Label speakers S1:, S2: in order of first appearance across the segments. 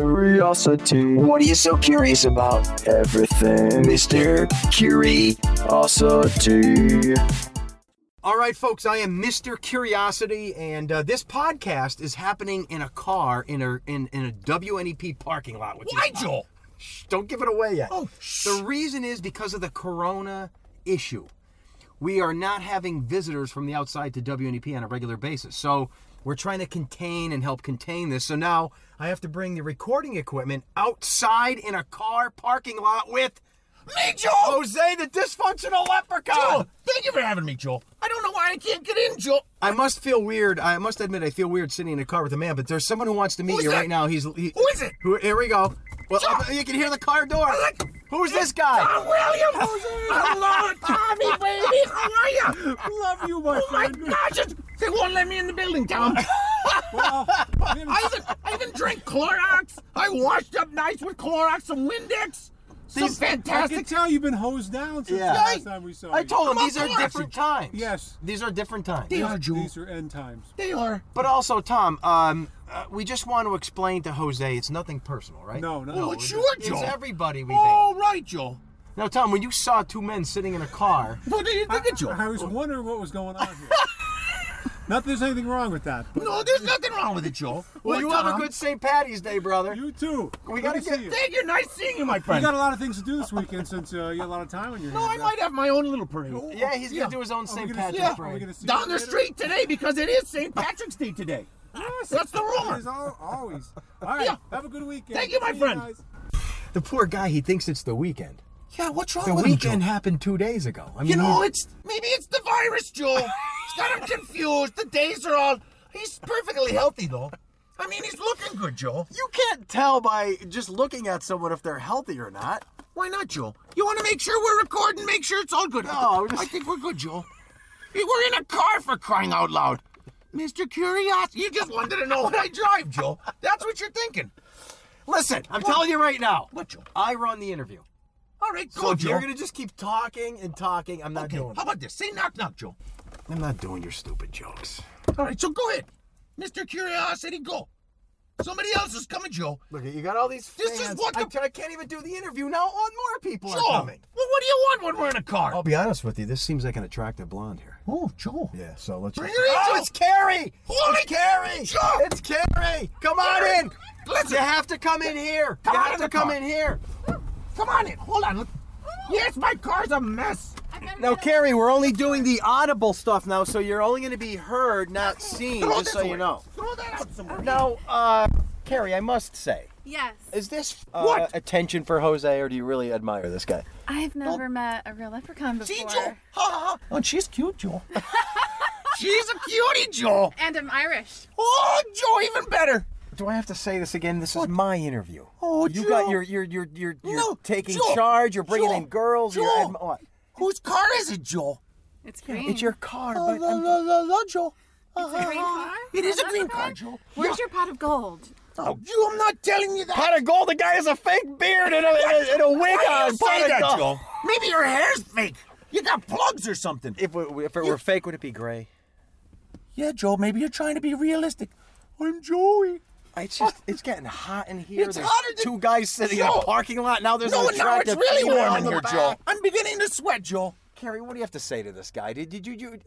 S1: Curiosity. What are you so curious about? Everything, Mr. Curiosity.
S2: All right, folks, I am Mr. Curiosity, and uh, this podcast is happening in a car in a in, in a WNEP parking lot. Which
S3: Why,
S2: is,
S3: Joel?
S2: Shh, don't give it away yet.
S3: Oh, shh.
S2: The reason is because of the corona issue. We are not having visitors from the outside to WNEP on a regular basis. So we're trying to contain and help contain this. So now I have to bring the recording equipment outside in a car parking lot with
S3: Me, Joel!
S2: Jose the dysfunctional leprechaun.
S3: Joel, Oh, thank you for having me, Joel. I don't know why I can't get in, Joel.
S2: I must feel weird. I must admit, I feel weird sitting in a car with a man. But there's someone who wants to meet
S3: Who's
S2: you
S3: that?
S2: right now. He's he,
S3: Who is it?
S2: Who, here we go. Well,
S3: John!
S2: uh, you can hear the car door.
S3: like-
S2: Who's this guy?
S3: Tom Williams! Hello, Tommy, baby! How are you?
S4: Love you, my
S3: Oh my
S4: friend.
S3: gosh, it's, they won't let me in the building, Tom.
S4: Well, man,
S3: I even, I even drank Clorox. I washed up nice with Clorox, some Windex, some
S2: These-
S4: I can
S3: fantastic.
S4: tell you've been hosed down since
S2: Yeah.
S4: the last time we saw
S2: I
S4: you.
S2: told him
S3: Come on,
S2: these are
S3: come on.
S2: different times.
S4: Yes.
S2: These are different times.
S3: They are, Joel.
S4: These are end times.
S3: They are.
S2: But also, Tom, um, uh, we just want to explain to Jose it's nothing personal, right?
S4: No, no.
S3: Oh,
S4: no.
S3: it's your
S2: It's
S3: Joel.
S2: everybody we
S3: All right, Joel.
S2: think. Now, Tom, when you saw two men sitting in a car,
S3: What do you think of Joel?
S4: I was wondering what was going on here. Not that there's anything wrong with that. But
S3: No, there's nothing wrong with it, Joel.
S2: well,
S3: Or
S2: you have a
S3: Tom.
S2: good St. Patty's Day, brother.
S4: you too.
S2: We
S4: Good
S2: gotta
S4: to
S2: get-
S4: see you.
S3: Thank you. Nice seeing you, my
S4: You
S3: friend.
S4: got a lot of things to do this weekend since uh, you got a lot of time on your
S3: No, I
S4: hands.
S3: might have my own little parade.
S2: yeah, he's
S3: Yeah.
S2: gonna do his own
S4: Are we
S2: St.
S4: gonna see-
S2: Patrick's
S3: Yeah.
S4: Are we
S2: parade.
S4: gonna see
S3: Down
S4: you
S3: the
S4: later?
S3: street today because it is St. Patrick's Day today. That's the rumor.
S4: As al- always. All right.
S3: Yeah.
S4: Have a good weekend.
S3: Thank you, my
S4: See
S3: friend.
S4: guys.
S2: The poor guy, he thinks it's the weekend.
S3: Yeah, what's wrong
S2: The
S3: with him,
S2: weekend
S3: Joel?
S2: happened two days ago. I mean,
S3: You know,
S2: he-
S3: it's maybe it's the virus, Joel. It's got him confused. The days are all. He's perfectly healthy though. I mean, he's looking good, Joel.
S2: you can't tell by just looking at someone if they're healthy or not.
S3: Why not, Joel? You want to make sure we're recording, make sure it's all good.
S2: No,
S3: I,
S2: we're
S3: think,
S2: just-
S3: I think we're good, Joel. Hey, We're in a car for crying out loud. Mr. Curiosity, you just wanted to know what I drive, Joel. That's what you're thinking.
S2: Listen, I'm telling you right now.
S3: What, Joel?
S2: I run the interview.
S3: All right,
S2: So
S3: go,
S2: if
S3: Joel.
S2: you're gonna just keep talking and talking, I'm not
S3: Okay,
S2: doing.
S3: how about this? Say knock knock, Joel.
S2: I'm not doing your stupid jokes.
S3: All right, so go ahead. Mr. Curiosity, go. Somebody else is coming, Joe.
S2: Look, you got all these
S3: This is
S2: fans.
S3: what
S2: I,
S3: the-
S2: ca- I can't even do the interview now. On more people are
S3: Joe! Well,
S2: coming.
S3: what do you want when we're in a car?
S2: I'll be honest with you. This seems like an attractive blonde here.
S3: oh, Joe.
S2: Yeah. So let's.
S3: Bring her in,
S2: oh,
S3: Joe.
S2: it's Carrie.
S3: Holy
S2: it's Carrie.
S3: Joe!
S2: It's Carrie. Come on
S3: Carrie,
S2: in.
S3: listen.
S2: You have to come in here.
S3: Come
S2: you
S3: out
S2: have
S3: of
S2: to
S3: the
S2: come
S3: car.
S2: in here.
S3: Come on in. Hold on. Look. Yes, my car's a mess.
S2: Now, Carrie, we're only doing the audible stuff now, so you're only going to be heard, not seen,
S3: Throw
S2: just
S3: this
S2: so
S3: away.
S2: you know.
S3: Throw that out somewhere.
S2: Now, uh, Carrie, I must say,
S5: Yes.
S2: is this uh,
S3: What?
S2: attention for Jose, or do you really admire this guy?
S5: I've never met a real leprechaun before.
S3: See, Joe. Ha ha ha.
S2: Oh, she's cute, Joel.
S3: She's a cutie, Joe.
S5: And I'm Irish.
S3: Oh, Joe, even better.
S2: Do I have to say this again? This is my interview.
S3: Oh,
S2: you
S3: Joe.
S2: got your your your your you're
S3: No,
S2: taking
S3: Joe.
S2: charge. You're bringing
S3: Joe.
S2: in girls. You're
S3: Joe.
S2: admi- what?
S3: Whose car is it, Joe?
S5: It's green.
S2: It's your car,
S3: Oh,
S2: but
S3: la,
S2: I'm-
S3: la, la, la, Joe.
S5: It's a green car?
S3: It is a green
S5: leprechaun?
S3: car, Joe.
S5: Where's your pot of gold?
S3: Oh, Joe, I'm not telling you that.
S2: pot of gold. The guy has a fake beard and a, and a, and a wig
S3: Why
S2: on.
S3: do you
S2: Pot
S3: say
S2: of
S3: that,
S2: gold.
S3: Joe? Maybe your hair's fake. You got plugs or something.
S2: If it, if it were fake, would it be gray?
S3: Yeah, Joe, maybe you're trying to be realistic. I'm Joey.
S2: It's just it's getting hot in here.
S3: It's
S2: There's
S3: hotter than-
S2: two guys sitting in a
S3: Joe!
S2: parking lot. Now there's
S3: No,
S2: an
S3: now it's
S2: attractive
S3: really
S2: female
S3: warm
S2: on
S3: in
S2: the
S3: here,
S2: back.
S3: Joe. I'm beginning to sweat, Joe.
S2: Carrie, what do you have to say to this guy? Did, did you you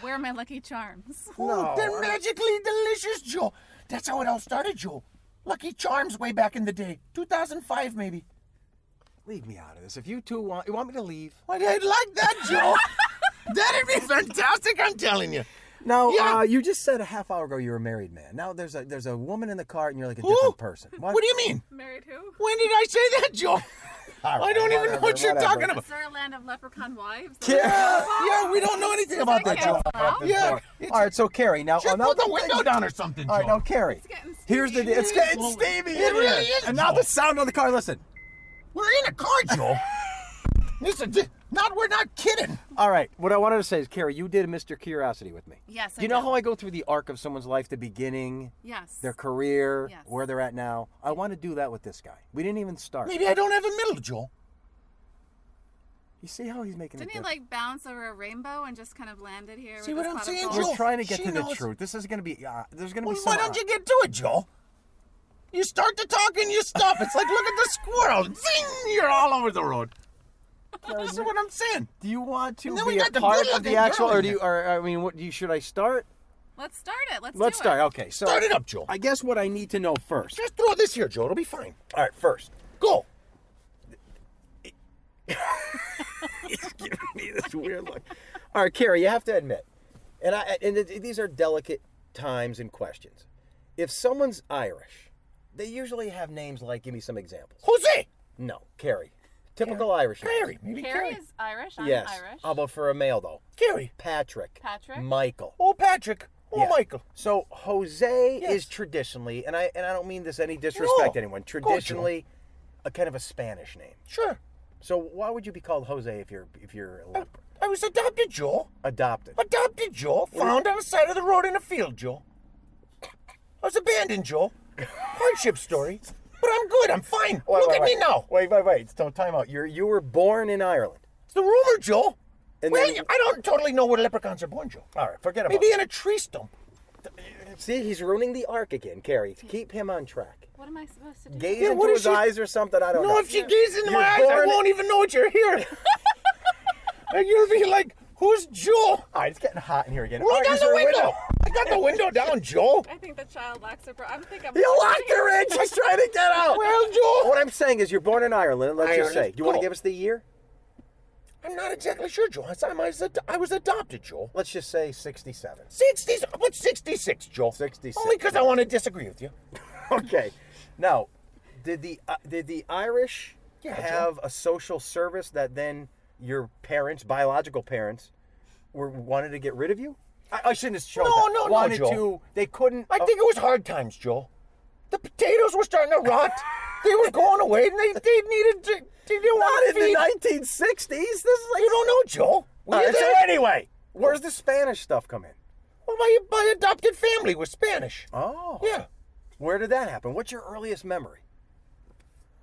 S5: Where are my lucky charms?
S3: Oh, they're magically delicious, Joe. That's how it all started, Joe. Lucky Charms way back in the day. 2005, maybe.
S2: leave me out of this? If you two want you want me to leave?
S3: Why, I'd like that, Joe. That'd be fantastic, I'm telling you.
S2: Now
S3: Yeah.
S2: uh, you just said a half hour ago you were a married man. Now there's a there's a woman in the car and you're like a
S3: Who?
S2: different person.
S3: What do you mean?
S5: Married who?
S3: When did I say that, Joe? I don't even know what you're talking about.
S5: Is there a land of leprechaun wives?
S2: Yeah.
S3: Yeah, we don't know anything about that, Joe.
S5: canceled out?
S3: Yeah.
S2: All right, so Carrie, now uh,
S3: Just
S2: now
S3: put the window down or something, Joe.
S2: All right, now Carrie.
S5: getting
S2: Here's the
S5: steamy.
S2: it's getting steamy.
S3: It
S2: in
S3: really
S2: here.
S3: is,
S2: And now
S3: Joe.
S2: the sound of the car. Listen.
S3: We're in a car, Joe. Listen, di- not we're not kidding.
S2: All right. What I wanted to say is, Carrie, you did Mr. Curiosity with me.
S5: Yes, I
S2: Do you know
S5: did.
S2: how I go through the arc of someone's life, the beginning,
S5: Yes.
S2: their career,
S5: Yes.
S2: where they're at now? I want to do that with this guy. We didn't even start.
S3: Maybe I don't have a middle, Joe.
S2: You see how he's making
S5: Didn't
S2: it
S5: he like bounce over a rainbow and just kind of landed here?
S3: See what
S5: with his
S3: I'm
S5: pot
S3: saying,
S5: of
S3: Joel?
S5: gold?
S2: We're trying to get
S3: Oh, She
S2: to the
S3: knows.
S2: truth. This is going to be. Uh, there's going to
S3: Well,
S2: be some.
S3: why don't you get to it, Joe? You start to talk and you stop. It's like look at the squirrel. Zing! You're all over the road. This is what I'm saying.
S2: Do you want to
S3: And then we
S2: be a
S3: got the
S2: part of
S3: good-looking
S2: the actual,
S3: girl
S2: or
S3: in
S2: do you? Or I mean, what do you? Should I start?
S5: Let's start it. Let's,
S2: Let's
S5: do
S2: start.
S5: It.
S2: Okay, so
S3: Start it up, Joel.
S2: I guess what I need to know first.
S3: Just throw this here, Joel. It'll be fine.
S2: All right, first,
S3: Go. He's giving me this weird look.
S2: All right, Carrie, you have to admit, and I and th- these are delicate times and questions. If someone's Irish, they usually have names like. Give me some examples.
S3: Jose.
S2: No, Carrie, typical Irish. name.
S3: Carrie. Maybe
S5: Carrie
S3: Carrie.
S5: is Irish. I'm
S2: Yes.
S5: Irish.
S2: How about for a male though?
S3: Carrie.
S2: Patrick.
S5: Patrick.
S2: Michael.
S3: Oh, Patrick. Oh,
S2: Yeah.
S3: Michael.
S2: So Jose
S3: Yes.
S2: is traditionally, and I and I don't mean this any disrespect to anyone. Traditionally, a kind of a Spanish name.
S3: Sure.
S2: So why would you be called Jose if you're if you're
S3: I, I was adopted, Joel.
S2: adopted?
S3: Adopted, Joel. Found on the side of the road in a field, Joel. I was abandoned, Joel. Hardship story. But I'm good. I'm fine.
S2: Wait,
S3: Look
S2: wait,
S3: at
S2: wait.
S3: me now.
S2: Wait, wait, wait. So time out. You you were born in Ireland.
S3: It's the rumor, Joel.
S2: And
S3: well,
S2: then-
S3: I don't totally know where leprechauns are born, Joel.
S2: All right, forget about
S3: Maybe in a tree stump.
S2: it. See, he's ruining the arc again, Carrie. Keep him on track.
S5: What am I supposed to do?
S2: Gaze
S3: Yeah,
S2: into
S3: what is
S2: his
S3: she-
S2: eyes or something. I don't
S3: No,
S2: know.
S3: if she gazes into
S2: You're
S3: my eyes, I
S2: born-
S3: won't even know what you're hearing. and you'll be like, who's Joel?
S2: All right, it's getting hot in here again. All
S3: Roll
S2: right,
S3: down
S2: is
S3: the
S2: there a
S3: window. I got the window down, Joel.
S5: I think the child locks her. Bro- I think I'm.
S2: You locked her in. She's trying to get out.
S3: Well, Joel.
S2: What I'm saying is, you're born in Ireland. Let's just
S3: Ireland.
S2: say. You want to
S3: Cool.
S2: give us the year?
S3: I'm not exactly sure, Joel. I, I, was, ad- I was adopted, Joel.
S2: Let's just say 67.
S3: 60s, what's 66, Joel?
S2: 66.
S3: Only because I want to disagree with you.
S2: Okay. Now, did the uh, did the Irish
S3: Yeah, Joe.
S2: have a social service that then your parents, biological parents, were wanted to get rid of you? I, I shouldn't have shown
S3: No,
S2: that.
S3: no, no,
S2: wanted
S3: Joe.
S2: to. They couldn't.
S3: I think it was hard times, Joel. The potatoes were starting to rot. they were going away, and they, they needed to. They didn't
S2: not
S3: want
S2: in
S3: to feed.
S2: the 1960s. This is like.
S3: you don't know, Joel. Were
S2: All
S3: you
S2: right, so
S3: there anyway?
S2: Where's the Spanish stuff come in?
S3: Well, my, my adopted family was Spanish.
S2: Oh.
S3: Yeah.
S2: Where did that happen? What's your earliest memory?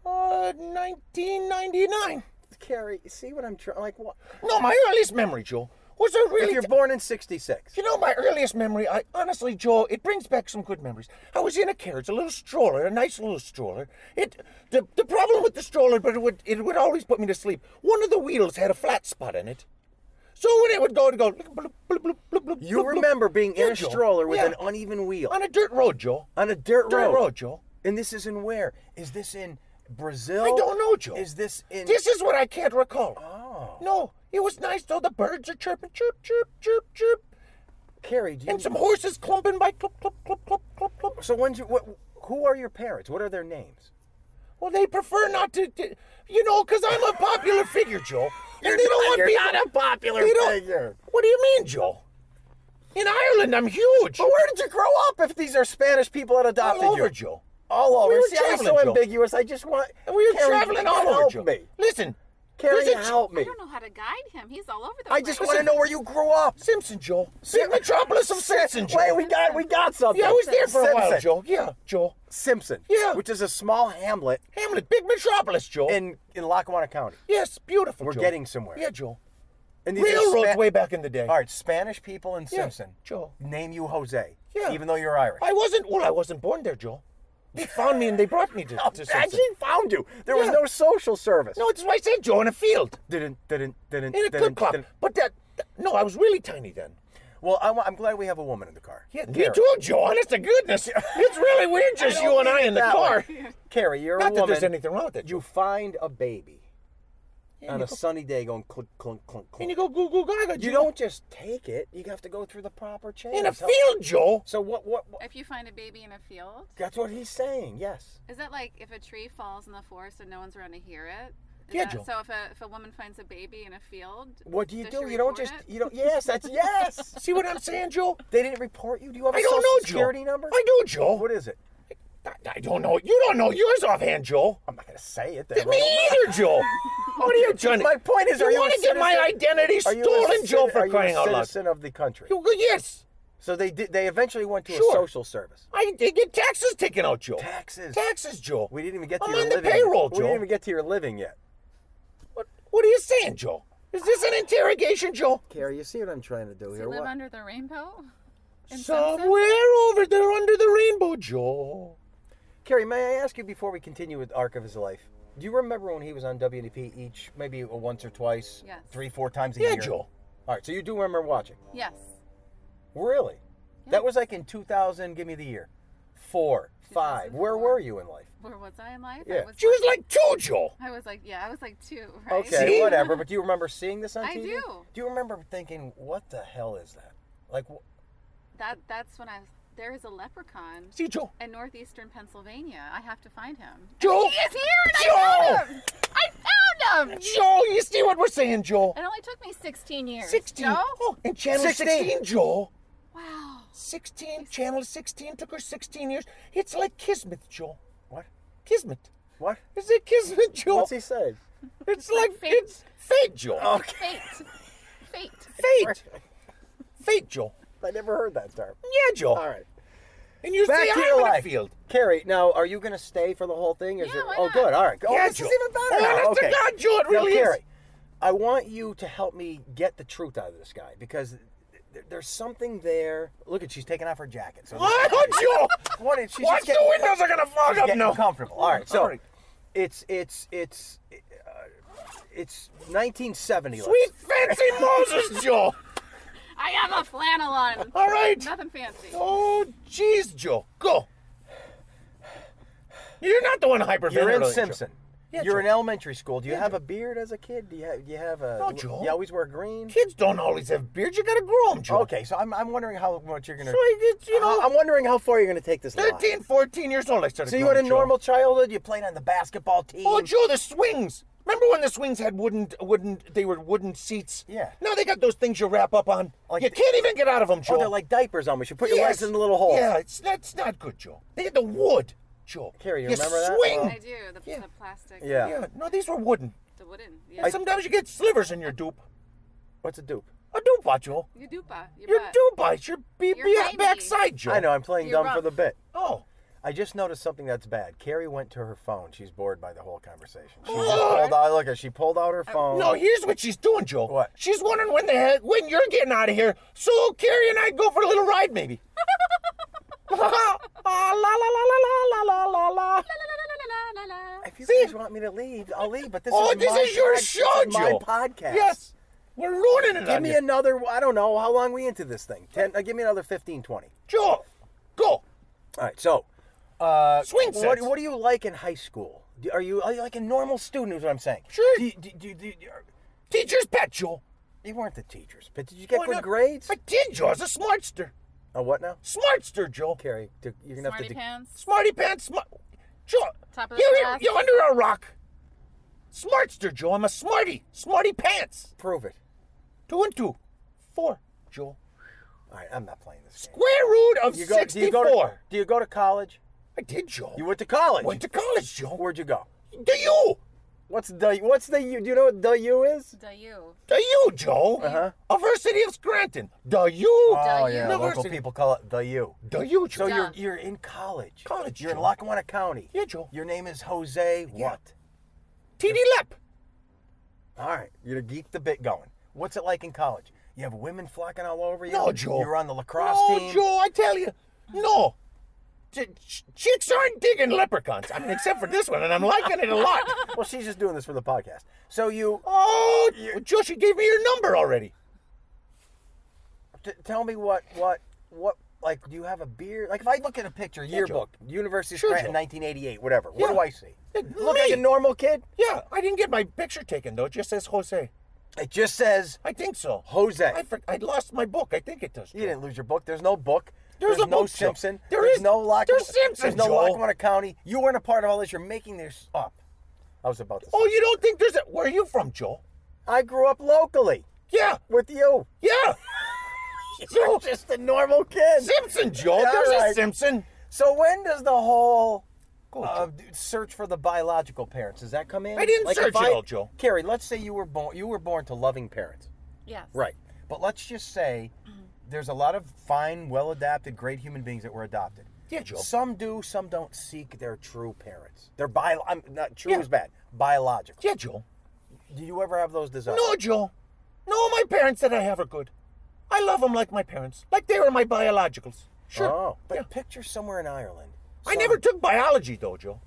S3: Uh, 1999.
S2: Carrie, see what I'm trying. Like what?
S3: No, my earliest memory, Joel, was a really.
S2: If you're born in '66.
S3: You know, my earliest memory, I honestly, Joel, it brings back some good memories. I was in a carriage, a little stroller, a nice little stroller. It, the, the problem with the stroller, but it would, it would always put me to sleep. One of the wheels had a flat spot in it. So when it would go, to go, bloop, bloop, bloop, bloop, bloop,
S2: You
S3: bloop, bloop.
S2: remember being in
S3: Yeah,
S2: a
S3: Joel.
S2: stroller with
S3: Yeah.
S2: an uneven wheel
S3: on a dirt road, Joel.
S2: on a dirt,
S3: Dirt
S2: road.
S3: road, Joel.
S2: And this is in where? Is this in Brazil?
S3: I don't know, Joel.
S2: Is this in?
S3: This is what I can't recall. Oh. No, it was nice though. The birds are chirping, chirp, chirp, chirp, chirp,
S2: Carrie, do you-
S3: and some horses clumping by, clump, clump, clump, clump, clump, clump.
S2: So when's your, what? Who are your parents? What are their names?
S3: Well, they prefer not to, to you know, 'cause I'm a popular figure, Joel. And they don't want
S2: you're
S3: people-
S2: not a popular
S3: they don't-
S2: figure.
S3: What do you mean, Joel? In Ireland, I'm huge.
S2: But where did you grow up? If these are Spanish people that adopted
S3: all over,
S2: you,
S3: Joel.
S2: all over.
S3: We were
S2: See, I'm so
S3: traveling, Joel.
S2: ambiguous. I just want.
S3: And we were
S2: Carrie,
S3: traveling all
S2: help
S3: over, Joel.
S2: me.
S3: Listen,
S2: Carrie,
S3: listen,
S2: help
S5: I
S2: me.
S5: don't know how to guide him. He's all over the
S2: I
S5: place.
S2: just want to know where you grew up.
S3: Simpson, Joel. The metropolis of Simpson, Joel.
S2: Wait, we got we got something.
S3: yeah, I was there for a while,
S2: Simpson.
S3: Joel. Yeah, Joel.
S2: Simpson.
S3: Yeah.
S2: Which is a small hamlet
S3: Hamlet, big metropolis, Joel.
S2: in in Lackawanna County.
S3: yes, beautiful.
S2: We're
S3: Joel.
S2: getting somewhere.
S3: Yeah, Joel.
S2: And are
S3: Railroads
S2: Spa-
S3: way back in the day.
S2: All right, Spanish people in
S3: Yeah,
S2: Simpson
S3: Joel.
S2: name you Jose.
S3: Yeah.
S2: Even though you're Irish.
S3: I wasn't. Well, I wasn't born there, Joel. They found me and they brought me to, to Simpson.
S2: Actually found you. There was
S3: Yeah.
S2: no social service.
S3: No, it's what I said, Joe, in a field,
S2: Didn't didn't didn't
S3: in a
S2: didn't,
S3: clip clop.
S2: didn't.
S3: But that, that- no, I was really tiny then.
S2: Well, I, am glad we have a woman in the car.
S3: Yeah, me
S2: Carrie.
S3: too, Joe. Honest to goodness, it's really weird, just you and I in the
S2: That
S3: car.
S2: way. Carrie, you're a
S3: Not
S2: woman.
S3: that there's anything wrong with it.
S2: You find a baby
S3: Yeah,
S2: on
S3: you
S2: a sunny day going clunk clunk clunk clunk.
S3: and you go goo goo gaga.
S2: You
S3: Joe.
S2: don't just take it. You have to go through the proper chains.
S3: in a
S2: How-
S3: field, Joe.
S2: So what, what? What?
S5: If you find a baby in a field,
S2: That's what he's saying. Yes.
S5: is that like if a tree falls in the forest and no one's around to hear it? Is
S3: Yeah,
S5: that-
S3: Joel.
S5: So if a, if a woman finds a baby in a field,
S2: What do you
S5: does
S2: do?
S5: she
S2: You don't
S5: report
S2: just.
S5: it?
S2: You don't. Yes. That's yes.
S3: See what I'm saying, Joe?
S2: They didn't report you. Do you have a
S3: I don't
S2: social
S3: know, Joe.
S2: security number?
S3: I do, Joe.
S2: What is it?
S3: I, I don't know. You don't know yours offhand, Joe.
S2: I'm not gonna say it. Then.
S3: Me either, Joe. What are you trying to?
S2: My point is,
S3: you
S2: are you
S3: want
S2: a
S3: to get my
S2: citizen-
S3: identity
S2: Are you a
S3: stolen, Joe?
S2: citi-
S3: For
S2: are you
S3: crying
S2: a
S3: out loud.
S2: citizen of the country.
S3: You go, yes.
S2: So they did. They eventually went to
S3: Sure.
S2: a social service.
S3: I they get taxes taken out, Joe.
S2: Taxes.
S3: Taxes, Joe.
S2: We didn't even get to
S3: I'm
S2: your
S3: on
S2: living.
S3: the payroll,
S2: We
S3: Joe.
S2: didn't even get to your living yet.
S3: What, what are you saying, Joe? Is this an interrogation, Joe?
S2: Carrie, you see what I'm trying to do
S5: Do
S2: here?
S5: you live
S2: What?
S5: under the rainbow? In Simpson?
S3: Somewhere over there under the rainbow, Joe.
S2: Kerry, may I ask you before we continue with Arc of His Life? Do you remember when he was on WDP each, maybe a once or twice,
S5: Yes.
S2: three, four times a
S3: Yeah,
S2: year?
S3: Joel.
S2: All right, so you do remember watching.
S5: Yes.
S2: Really? That was like in 2000, give me the year. Four, five. Where
S5: 2004.
S2: were you in life?
S5: Where was I in life?
S2: Yeah.
S5: I was,
S3: She was like two, Joel.
S5: I was like, yeah, I was like two, right?
S2: Okay,
S3: See?
S2: whatever. But do you remember seeing this on
S5: I
S2: TV?
S5: do.
S2: Do you remember thinking, what the hell is that? Like, wh-
S5: That that's when I was. There is a leprechaun
S3: See, Joel.
S5: in northeastern Pennsylvania. I have to find him.
S3: Joel.
S5: He is here, and I
S3: Joel.
S5: found him. I found him.
S3: Joel, you see what we're saying, Joel?
S5: It only took me 16 years.
S3: 16.
S5: Joe?
S3: Oh, and channel 16,
S2: 16.
S3: Joel.
S5: Wow.
S3: 16, channel 16 took her 16 years. It's like Kismet, Joel.
S2: what?
S3: Kismet.
S2: What?
S3: Is it Kismet, Joel?
S2: What's he say?
S3: It's like,
S5: fate.
S3: it's fate, Joel.
S2: Oh,
S5: Fate. Fate.
S3: Fate. Fate, Joel.
S2: I never heard that term.
S3: Yeah, Joel.
S2: All right.
S3: And you
S2: Back
S3: say
S2: to
S3: I'm
S2: your
S3: in a
S2: life.
S3: field.
S2: Carrie, now are you going to stay for the whole thing? Is
S5: Yeah,
S2: it-
S5: why
S2: oh,
S5: not?
S2: good. All right. Oh,
S3: Yeah,
S2: this
S3: Joel.
S2: is even better.
S3: Oh,
S2: now.
S3: honest to
S2: okay.
S3: God, Joel, it
S2: Now,
S3: really is.
S2: Carrie, I want you to help me get the truth out of this guy because th- th- there's something there. Look at she's taking off her jacket. So
S3: Oh, Joel.
S2: What? She's just
S3: Watch
S2: getting-
S3: the windows are going to fog up
S2: getting
S3: now.
S2: comfortable. All right, so
S3: All right.
S2: it's it's it's uh, it's 1970. let's-
S3: Sweet fancy Moses, Joel.
S5: I have a flannel on.
S3: All right.
S5: Nothing fancy.
S3: Oh, jeez, Joe. Go. You're not the one hyperventilating.
S2: You're in
S3: Joe.
S2: Simpson.
S3: Yeah,
S2: You're
S3: Joel.
S2: in elementary school. Do you have a beard as a kid? Do you have, do you have a?
S3: No, Joel.
S2: You always wear green.
S3: Kids don't always have beards. You gotta grow them, Joe.
S2: Okay, so I'm, I'm wondering how much you're gonna.
S3: So I get, you know,
S2: I- I'm wondering how far you're gonna take this. lie.
S3: 13, 14 years old, I started
S2: So you had
S3: growing,
S2: a
S3: Joe.
S2: normal childhood. You played on the basketball team.
S3: Oh, Joe, the swings. Remember when the swings had wooden, wooden, they were wooden seats?
S2: Yeah.
S3: Now they got those things you wrap up on.
S2: Like
S3: you
S2: the-
S3: can't even get out of them, Joe.
S2: Oh, they're like diapers almost. You put your legs in the little hole.
S3: Yeah, it's that's not good, Joe. They had the wood, Joe.
S2: Carrie, you
S3: you
S2: remember that? Oh,
S3: swing.
S5: I do. The,
S3: Yeah.
S5: the plastic.
S2: Yeah.
S3: Yeah, no, these were wooden.
S5: The wooden. Yeah.
S3: And sometimes you get slivers in your dupe.
S2: What's a dupe?
S3: A dupe, Joe.
S5: Your dupa. Your
S3: Your
S5: butt.
S3: Dubai's your be
S5: Your
S3: be-
S5: baby.
S3: backside, Joe.
S2: I know. I'm playing
S5: You're
S2: dumb for
S5: rough.
S2: the bit.
S3: Oh.
S2: I just noticed something that's bad. Carrie went to her phone. She's bored by the whole conversation. She just
S3: Oh.
S2: pulled out. Look at she pulled out her
S5: Oh.
S2: phone.
S3: No, here's what she's doing, Joe.
S2: What?
S3: She's wondering when the heck when you're getting out of here. So Carrie and I go for a little ride, maybe. Ah, la la la la la la la la la.
S5: La, la, la, la, la, la, la.
S2: If you
S3: See?
S2: guys want me to leave, I'll leave. But this
S3: Oh,
S2: is
S3: this
S2: my
S3: is your
S2: pod- this
S3: show,
S2: is my
S3: Joe.
S2: podcast.
S3: Yes. We're ruining it
S2: Give
S3: on
S2: me
S3: you.
S2: another. I don't know how long we into this thing. Ten. Uh, give me another 15, 20.
S3: Joe. Go.
S2: All right. So,
S3: Swing sets.
S2: Uh, what, what do you like in high school? Do- Are you, are you like a normal student? Is what I'm saying.
S3: Sure.
S2: Do you, do, do, do- do- uh, are-
S3: Teacher's pet, Joe.
S2: you weren't the teachers, but did you get
S3: Why
S2: good
S3: not?
S2: grades?
S3: I did, Joe. I was a smartster.
S2: Oh, what now?
S3: Smartster, Joe.
S2: Carrie, do- you're gonna
S5: Smarty
S2: have to. de-
S5: pants.
S3: Smarty pants, smart. Joe,
S5: Top of the
S3: you're,
S5: class.
S3: you're under a rock. Smartster, Joe. I'm a smarty. Smarty pants.
S2: prove it.
S3: Two and two. Four, Joe.
S2: All right, I'm not playing this game.
S3: Square root of
S2: You go, do
S3: 64.
S2: you go to, do you go to college?
S3: I did, Joe.
S2: You went to college.
S3: went to college, Joe.
S2: Where'd you go?
S3: Do you?
S2: What's the What's the U? Do you know what the U is?
S5: Da you.
S3: Do you, Joe?
S2: Uh-huh.
S3: University of Scranton. Do you?
S5: Oh, yeah,
S2: local
S3: University.
S2: people call it the U.
S3: Do you,
S2: So
S3: Joe?
S2: you're you're in college.
S3: College,
S2: You're in
S3: Joe.
S2: Lackawanna County.
S3: Yeah, Joe.
S2: Your name is Jose.
S3: Yeah.
S2: What?
S3: TD Lep.
S2: All right. You're gonna keep the bit going. What's it like in college? You have women flocking all over you.
S3: No, Joe.
S2: You're on the lacrosse
S3: no,
S2: team.
S3: Joe, I tell you. No. Ch- ch- Chicks aren't digging leprechauns. I mean, except for this one, and I'm liking it a lot.
S2: Well, she's just doing this for the podcast. So you
S3: Oh, well, Joe, she gave me your number already.
S2: t- tell me what what what like do you have a beard? Like if I look at a picture, yearbook, University of
S3: Sure,
S2: Scranton,
S3: Joe.
S2: 1988, whatever. What
S3: Yeah.
S2: do I see?
S3: Yeah,
S2: Look like
S3: me.
S2: a normal kid.
S3: Yeah, I didn't get my picture taken though. It just says Jose.
S2: It just says
S3: I think so.
S2: Jose.
S3: I for, I lost my book. I think it does.
S2: You
S3: Joe.
S2: didn't lose your book. There's no book.
S3: There's a
S2: no
S3: book, Joe.
S2: Simpson.
S3: There
S2: there's
S3: is-
S2: no Lackawanna.
S3: there's Simpson,
S2: There's no
S3: Joe.
S2: Lackawanna County. You weren't a part of all this. You're making this up. I was about to. Say.
S3: Oh, you don't think there's a? Where are you from, Joe?
S2: I grew up locally
S3: Yeah,
S2: with you.
S3: yeah.
S2: You're just a normal kid.
S3: Simpson, Joe.
S2: Yeah,
S3: there's
S2: right.
S3: a Simpson.
S2: So when does the whole
S3: Go,
S2: uh,
S3: Joe.
S2: d- search for the biological parents does that come in?
S3: I didn't
S2: Like,
S3: search
S2: if
S3: it
S2: I-
S3: all, Joe.
S2: Carrie, let's say you were born. You were born to loving parents.
S5: Yes.
S2: Right. But let's just say there's a lot of fine, well-adapted, great human beings that were adopted.
S3: Yeah, Joe.
S2: Some do, some don't seek their true parents. Their bio I'm not true
S3: Yeah.
S2: is bad. Biological.
S3: Yeah, Joe.
S2: Do you ever have those desires?
S3: No, Joe. No, my parents that I have are good. I love them like my parents, like they were my biologicals. Sure.
S2: Oh, but
S3: Yeah.
S2: picture somewhere in Ireland.
S3: I never took biology though, Joe.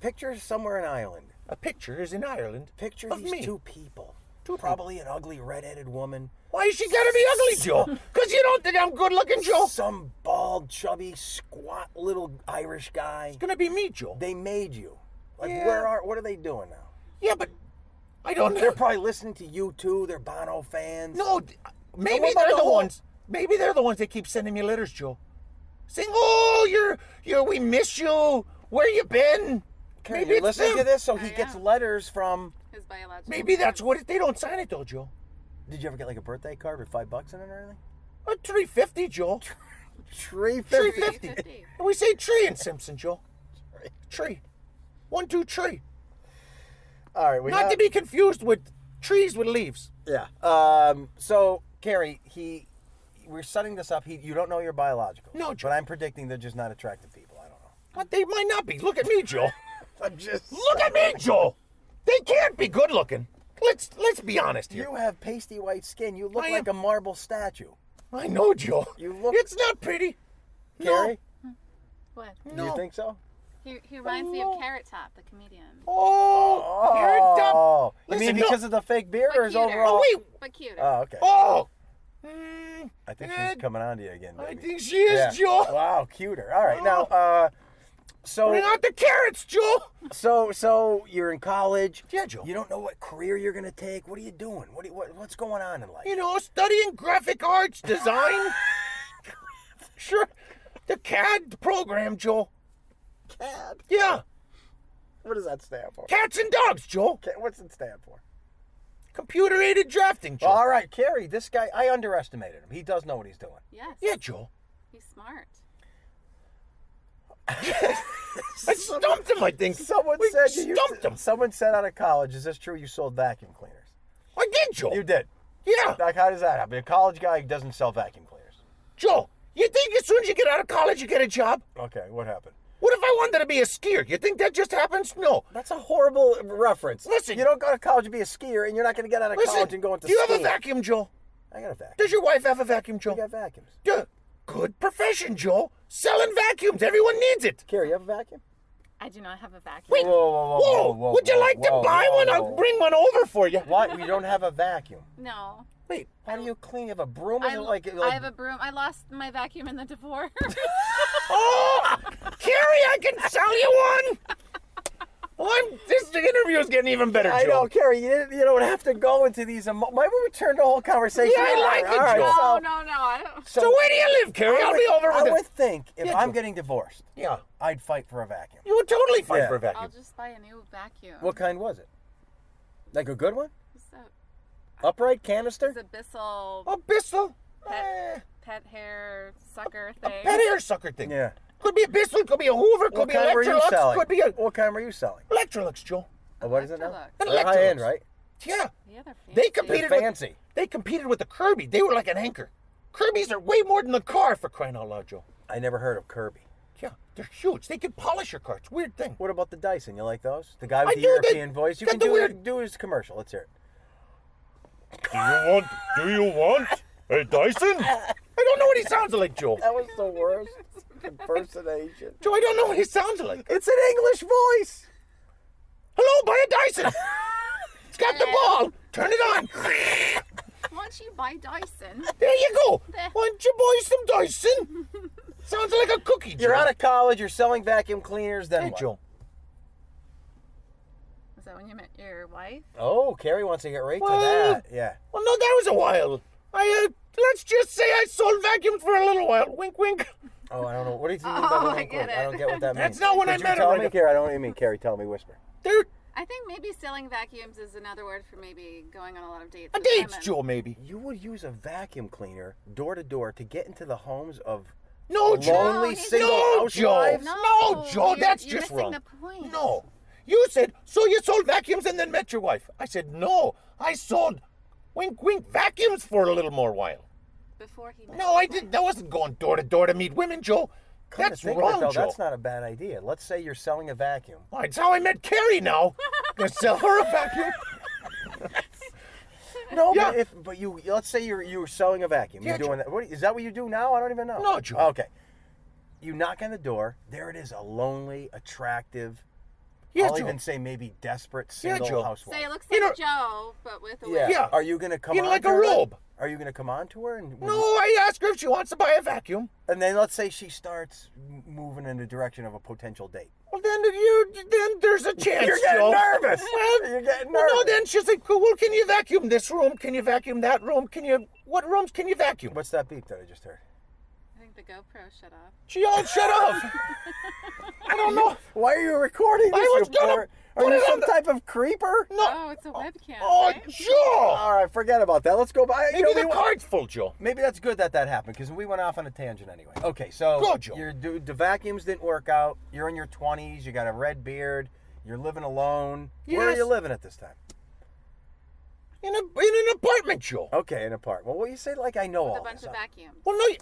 S2: Picture somewhere in Ireland.
S3: A picture is in Ireland.
S2: Picture
S3: of
S2: these
S3: me.
S2: two people. Probably an ugly redheaded woman.
S3: Why is she gotta be ugly, Joe? Because you don't think I'm good looking, Joe? It's
S2: Some bald, chubby, squat little Irish guy.
S3: gonna be me, Joe.
S2: They made you. Like,
S3: Yeah.
S2: where are? What are they doing now?
S3: yeah, but I don't.
S2: They're probably listening to you too. They're Bono fans.
S3: No, th- maybe
S2: what about
S3: they're
S2: the
S3: the
S2: whole-
S3: ones. Maybe they're the ones that keep sending me letters, Joe, saying, "Oh, you're, you're, we miss you. Where you been?"
S2: Karen,
S3: maybe
S2: you're
S3: it's
S2: listening to
S3: them.
S2: this, so he
S5: Yeah,
S2: gets
S5: yeah.
S2: letters from.
S5: His biological.
S3: Maybe that's what it, they don't sign it though, Joe.
S2: Did you ever get like a birthday card with five bucks in it or anything?
S3: A three fifty, Joe.
S2: Tree
S3: Tree
S2: fifty.
S3: fifty. And we say tree in Simpson, Joe. Tree. One, two, tree.
S2: All right, we
S3: Not
S2: got-
S3: to be confused with trees with leaves.
S2: Yeah. Um. So, Carrie, he, we're setting this up. He, you don't know your biological.
S3: No,
S2: but
S3: Joe.
S2: I'm predicting they're just not attractive people. I don't know.
S3: But they might not be. Look at me, Joe.
S2: I'm just.
S3: Look at me, Joe. They can't be good looking. Let's let's be honest here.
S2: You have pasty white skin. You look
S3: I am-
S2: like a marble statue.
S3: I know, Joe.
S2: You look-
S3: It's not pretty.
S2: Carrie,
S5: What?
S2: do you think so?
S5: He, he reminds me of Carrot Top, the comedian.
S3: Oh, you're a dumb.
S2: Oh, you
S3: Listen,
S2: mean because of the fake beard or
S5: But
S2: his
S5: cuter.
S2: overall?
S3: wait.
S5: But cuter.
S2: Oh, okay.
S3: Oh. Mm,
S2: I think
S3: eh,
S2: she's coming on to you again.
S3: I
S2: baby.
S3: think she is, Joe.
S2: Wow, cuter. All right, now, uh,
S3: Bring
S2: so
S3: out the carrots, Joe.
S2: so so you're in college.
S3: Yeah, Joe.
S2: You don't know what career you're gonna take. What are you doing? What, do you, what what's going on in life?
S3: You know, studying graphic arts design. sure. The CAD program, Joe.
S2: cat.
S3: Yeah.
S2: What does that stand for?
S3: Cats and dogs, Joe.
S2: Cat- What's it stand for?
S3: Computer aided drafting, Joe.
S2: All right, Carrie. This guy, I underestimated him. He does know what he's doing.
S5: Yes.
S3: Yeah, Joe.
S5: He's smart.
S3: I stumped him, I think.
S2: Someone
S3: we
S2: said you used
S3: stumped
S2: to-
S3: him.
S2: Someone said out of college, is this true? You sold vacuum cleaners.
S3: I did, Joe.
S2: You did.
S3: Yeah,
S2: Like, how does that happen? A college guy doesn't sell vacuum cleaners.
S3: Joe. You think as soon as you get out of college, you get a job?
S2: Okay, what happened?
S3: What if I wanted to be a skier? You think that just happens? No.
S2: That's a horrible reference.
S3: Listen-
S2: you don't go to college to be a skier, and you're not going to get out of
S3: Listen,
S2: college and go into.
S3: do you have a
S2: skiing.
S3: vacuum, Joe?
S2: I got a vacuum.
S3: Does your wife have a vacuum,
S2: You got
S3: Joe?
S2: vacuums.
S3: Yeah. Good profession, Joe. Selling vacuums. Everyone needs it.
S2: Carrie, you have a vacuum?
S5: I do not have a vacuum.
S3: Wait.
S2: Whoa, whoa, whoa, whoa, whoa,
S3: Would you
S2: whoa,
S3: like
S2: whoa,
S3: to buy
S2: whoa,
S3: one?
S2: whoa.
S3: I'll bring one over for you.
S2: Why? You don't have a vacuum.
S5: No.
S2: Wait, how do you clean? You have a broom? Is
S5: I,
S2: it like, like
S5: I have a broom. I lost my vacuum in the divorce.
S3: Oh, Carrie, I can sell you one. Well, I'm, this interview is getting even better, Joe.
S2: I know, Carrie. You, didn't- you don't have to go into these. Emo- Maybe we turned the whole conversation.
S3: Yeah, I
S2: around.
S3: like
S2: All
S3: it,
S2: right,
S3: Joe.
S5: no,
S2: so-
S5: no, no. I don't.
S3: So where do you live, Carrie? I'll
S2: would-
S3: be over
S2: I
S3: with
S2: would
S3: it.
S2: think if
S3: Yeah,
S2: I'm
S3: Joe.
S2: getting divorced,
S3: Yeah,
S2: I'd fight for a vacuum.
S3: you would totally fight
S2: Yeah.
S3: for a vacuum.
S5: I'll just buy a new vacuum.
S2: What kind was it? Like a good one?
S5: It's a,
S2: Upright canister?
S5: it's a Bissell
S3: Oh, Bissell.
S5: Pet-
S3: Eh,
S5: pet hair sucker thing.
S3: That air sucker thing.
S2: Yeah.
S3: Could be a Bissell, could be a Hoover, could
S2: What
S3: be
S2: kind were you
S3: Electrolux,
S2: selling?
S3: could be a
S2: What kind were you selling?
S3: Electrolux, Joe.
S2: Uh, What is it now?
S5: Electrolux.
S2: They're high end,
S3: Electrolux.
S2: right?
S3: Yeah.
S5: Yeah, they're fancy.
S3: They
S2: They're
S3: competed with
S2: fancy.
S3: they competed with the Kirby. They were like an anchor. Kirby's are way more than the car for crying out loud, Joe.
S2: I never heard of Kirby.
S3: Yeah, they're huge. They can polish your car. It's a weird thing.
S2: What about the Dyson? You like those? The guy with
S3: I
S2: the
S3: do, they-
S2: European voice. You
S3: got
S2: can
S3: the
S2: do
S3: weird-
S2: do his commercial. Let's hear it.
S3: Do you want? Do you want a Dyson? I don't know what he sounds like, Joe.
S2: That was the worst impersonation.
S3: Joe, I don't know what he sounds like.
S2: It's an English voice.
S3: Hello, buy a Dyson. It's got the ball. Turn it on.
S5: Once you buy Dyson,
S3: There you go. Want you buy some Dyson? Sounds like a cookie, Joe.
S2: You're out of college. You're selling vacuum cleaners. Then
S3: Hey,
S2: what?
S3: Joe.
S5: is that when you met your wife?
S2: Oh, Carrie wants to get right
S3: Well-
S2: to that. Yeah.
S3: Well, no, that was a while. I uh, let's just say I sold vacuums for a little while. Wink, wink.
S2: Oh, I don't know. What do you mean
S5: Oh,
S2: by the
S5: I
S2: wink
S5: get
S2: wink? I don't
S5: it.
S2: get what that means.
S3: That's not when
S2: Could
S3: I
S2: you
S3: met her,
S2: tell
S3: right?
S2: me, Carrie. I don't know what you mean, Carrie. Tell me, whisper.
S3: They're
S5: I think maybe selling vacuums is another word for maybe going on a lot of dates.
S3: a
S5: with
S3: dates,
S5: women.
S3: Joe, maybe.
S2: You would use a vacuum cleaner door to door to get into the homes of
S3: No, Joe.
S2: lonely
S5: he's-
S2: single
S3: no, Joe.
S2: housewives.
S5: No,
S3: No, Joe,
S5: you're-
S3: that's
S5: you're
S3: just
S5: missing
S3: wrong.
S5: the point.
S3: No. You said, so you sold vacuums and then met your wife. I said, no, I sold, wink, wink, vacuums for a little more while.
S5: Before he met
S3: No, I didn't. That wasn't going door to door to meet women, Joe.
S2: Come to
S3: That's
S2: think of it,
S3: wrong,
S2: though,
S3: Joe.
S2: That's not a bad idea. Let's say you're selling a vacuum.
S3: Oh, it's how I met Carrie now. Gonna sell her a vacuum.
S2: No,
S3: Yeah.
S2: but if but you let's say you're you're selling a vacuum.
S3: Yeah,
S2: you're doing that. What, is that what you do now? I don't even know.
S3: No, Joe.
S2: Okay. you knock on the door. There it is, a lonely, attractive.
S3: Yeah,
S2: I'll
S3: Joe.
S2: even say maybe desperate
S3: Yeah,
S2: single
S3: Joe.
S2: housewife.
S5: Say it looks
S3: You
S5: like Joe, but with a
S2: yeah.
S5: wig.
S3: Yeah.
S2: Are you gonna come
S3: You know,
S2: on
S3: like
S2: to
S3: a
S2: her?
S3: robe.
S2: Are you gonna come on to her and
S3: No, I asked her if she wants to buy a vacuum.
S2: And then let's say she starts m- moving in the direction of a potential date.
S3: Well, then you then there's a chance.
S2: You're getting
S3: Joe.
S2: nervous.
S3: Well,
S2: You're getting
S3: well, no,
S2: nervous.
S3: then she's like, well, can you vacuum this room? Can you vacuum that room? Can you what rooms can you vacuum? But
S2: What's that beep that I just heard?
S5: I think the GoPro shut off.
S3: she all shut off. I don't know.
S2: Why are you recording this?
S3: I was gonna
S2: report?
S3: put
S2: Are you
S3: it on
S2: some
S3: the-
S2: type of creeper?
S3: No.
S5: Oh, it's a webcam.
S3: Oh,
S5: right?
S3: Joe.
S2: All right, forget about that. Let's go by.
S3: Maybe the card's full, Joe.
S2: Maybe that's good that that happened because we went off on a tangent anyway. Okay, so
S3: Go, Joe.
S2: your du- the vacuums didn't work out. You're in your 20s. You got a red beard. You're living alone. Where are
S3: Yes.
S2: you living at this time?
S3: In a in an apartment, Joe.
S2: Okay, in a park. Well, what you say? Like I know
S5: With
S2: all
S5: a bunch
S2: this.
S5: of vacuums.
S3: Well, no, you-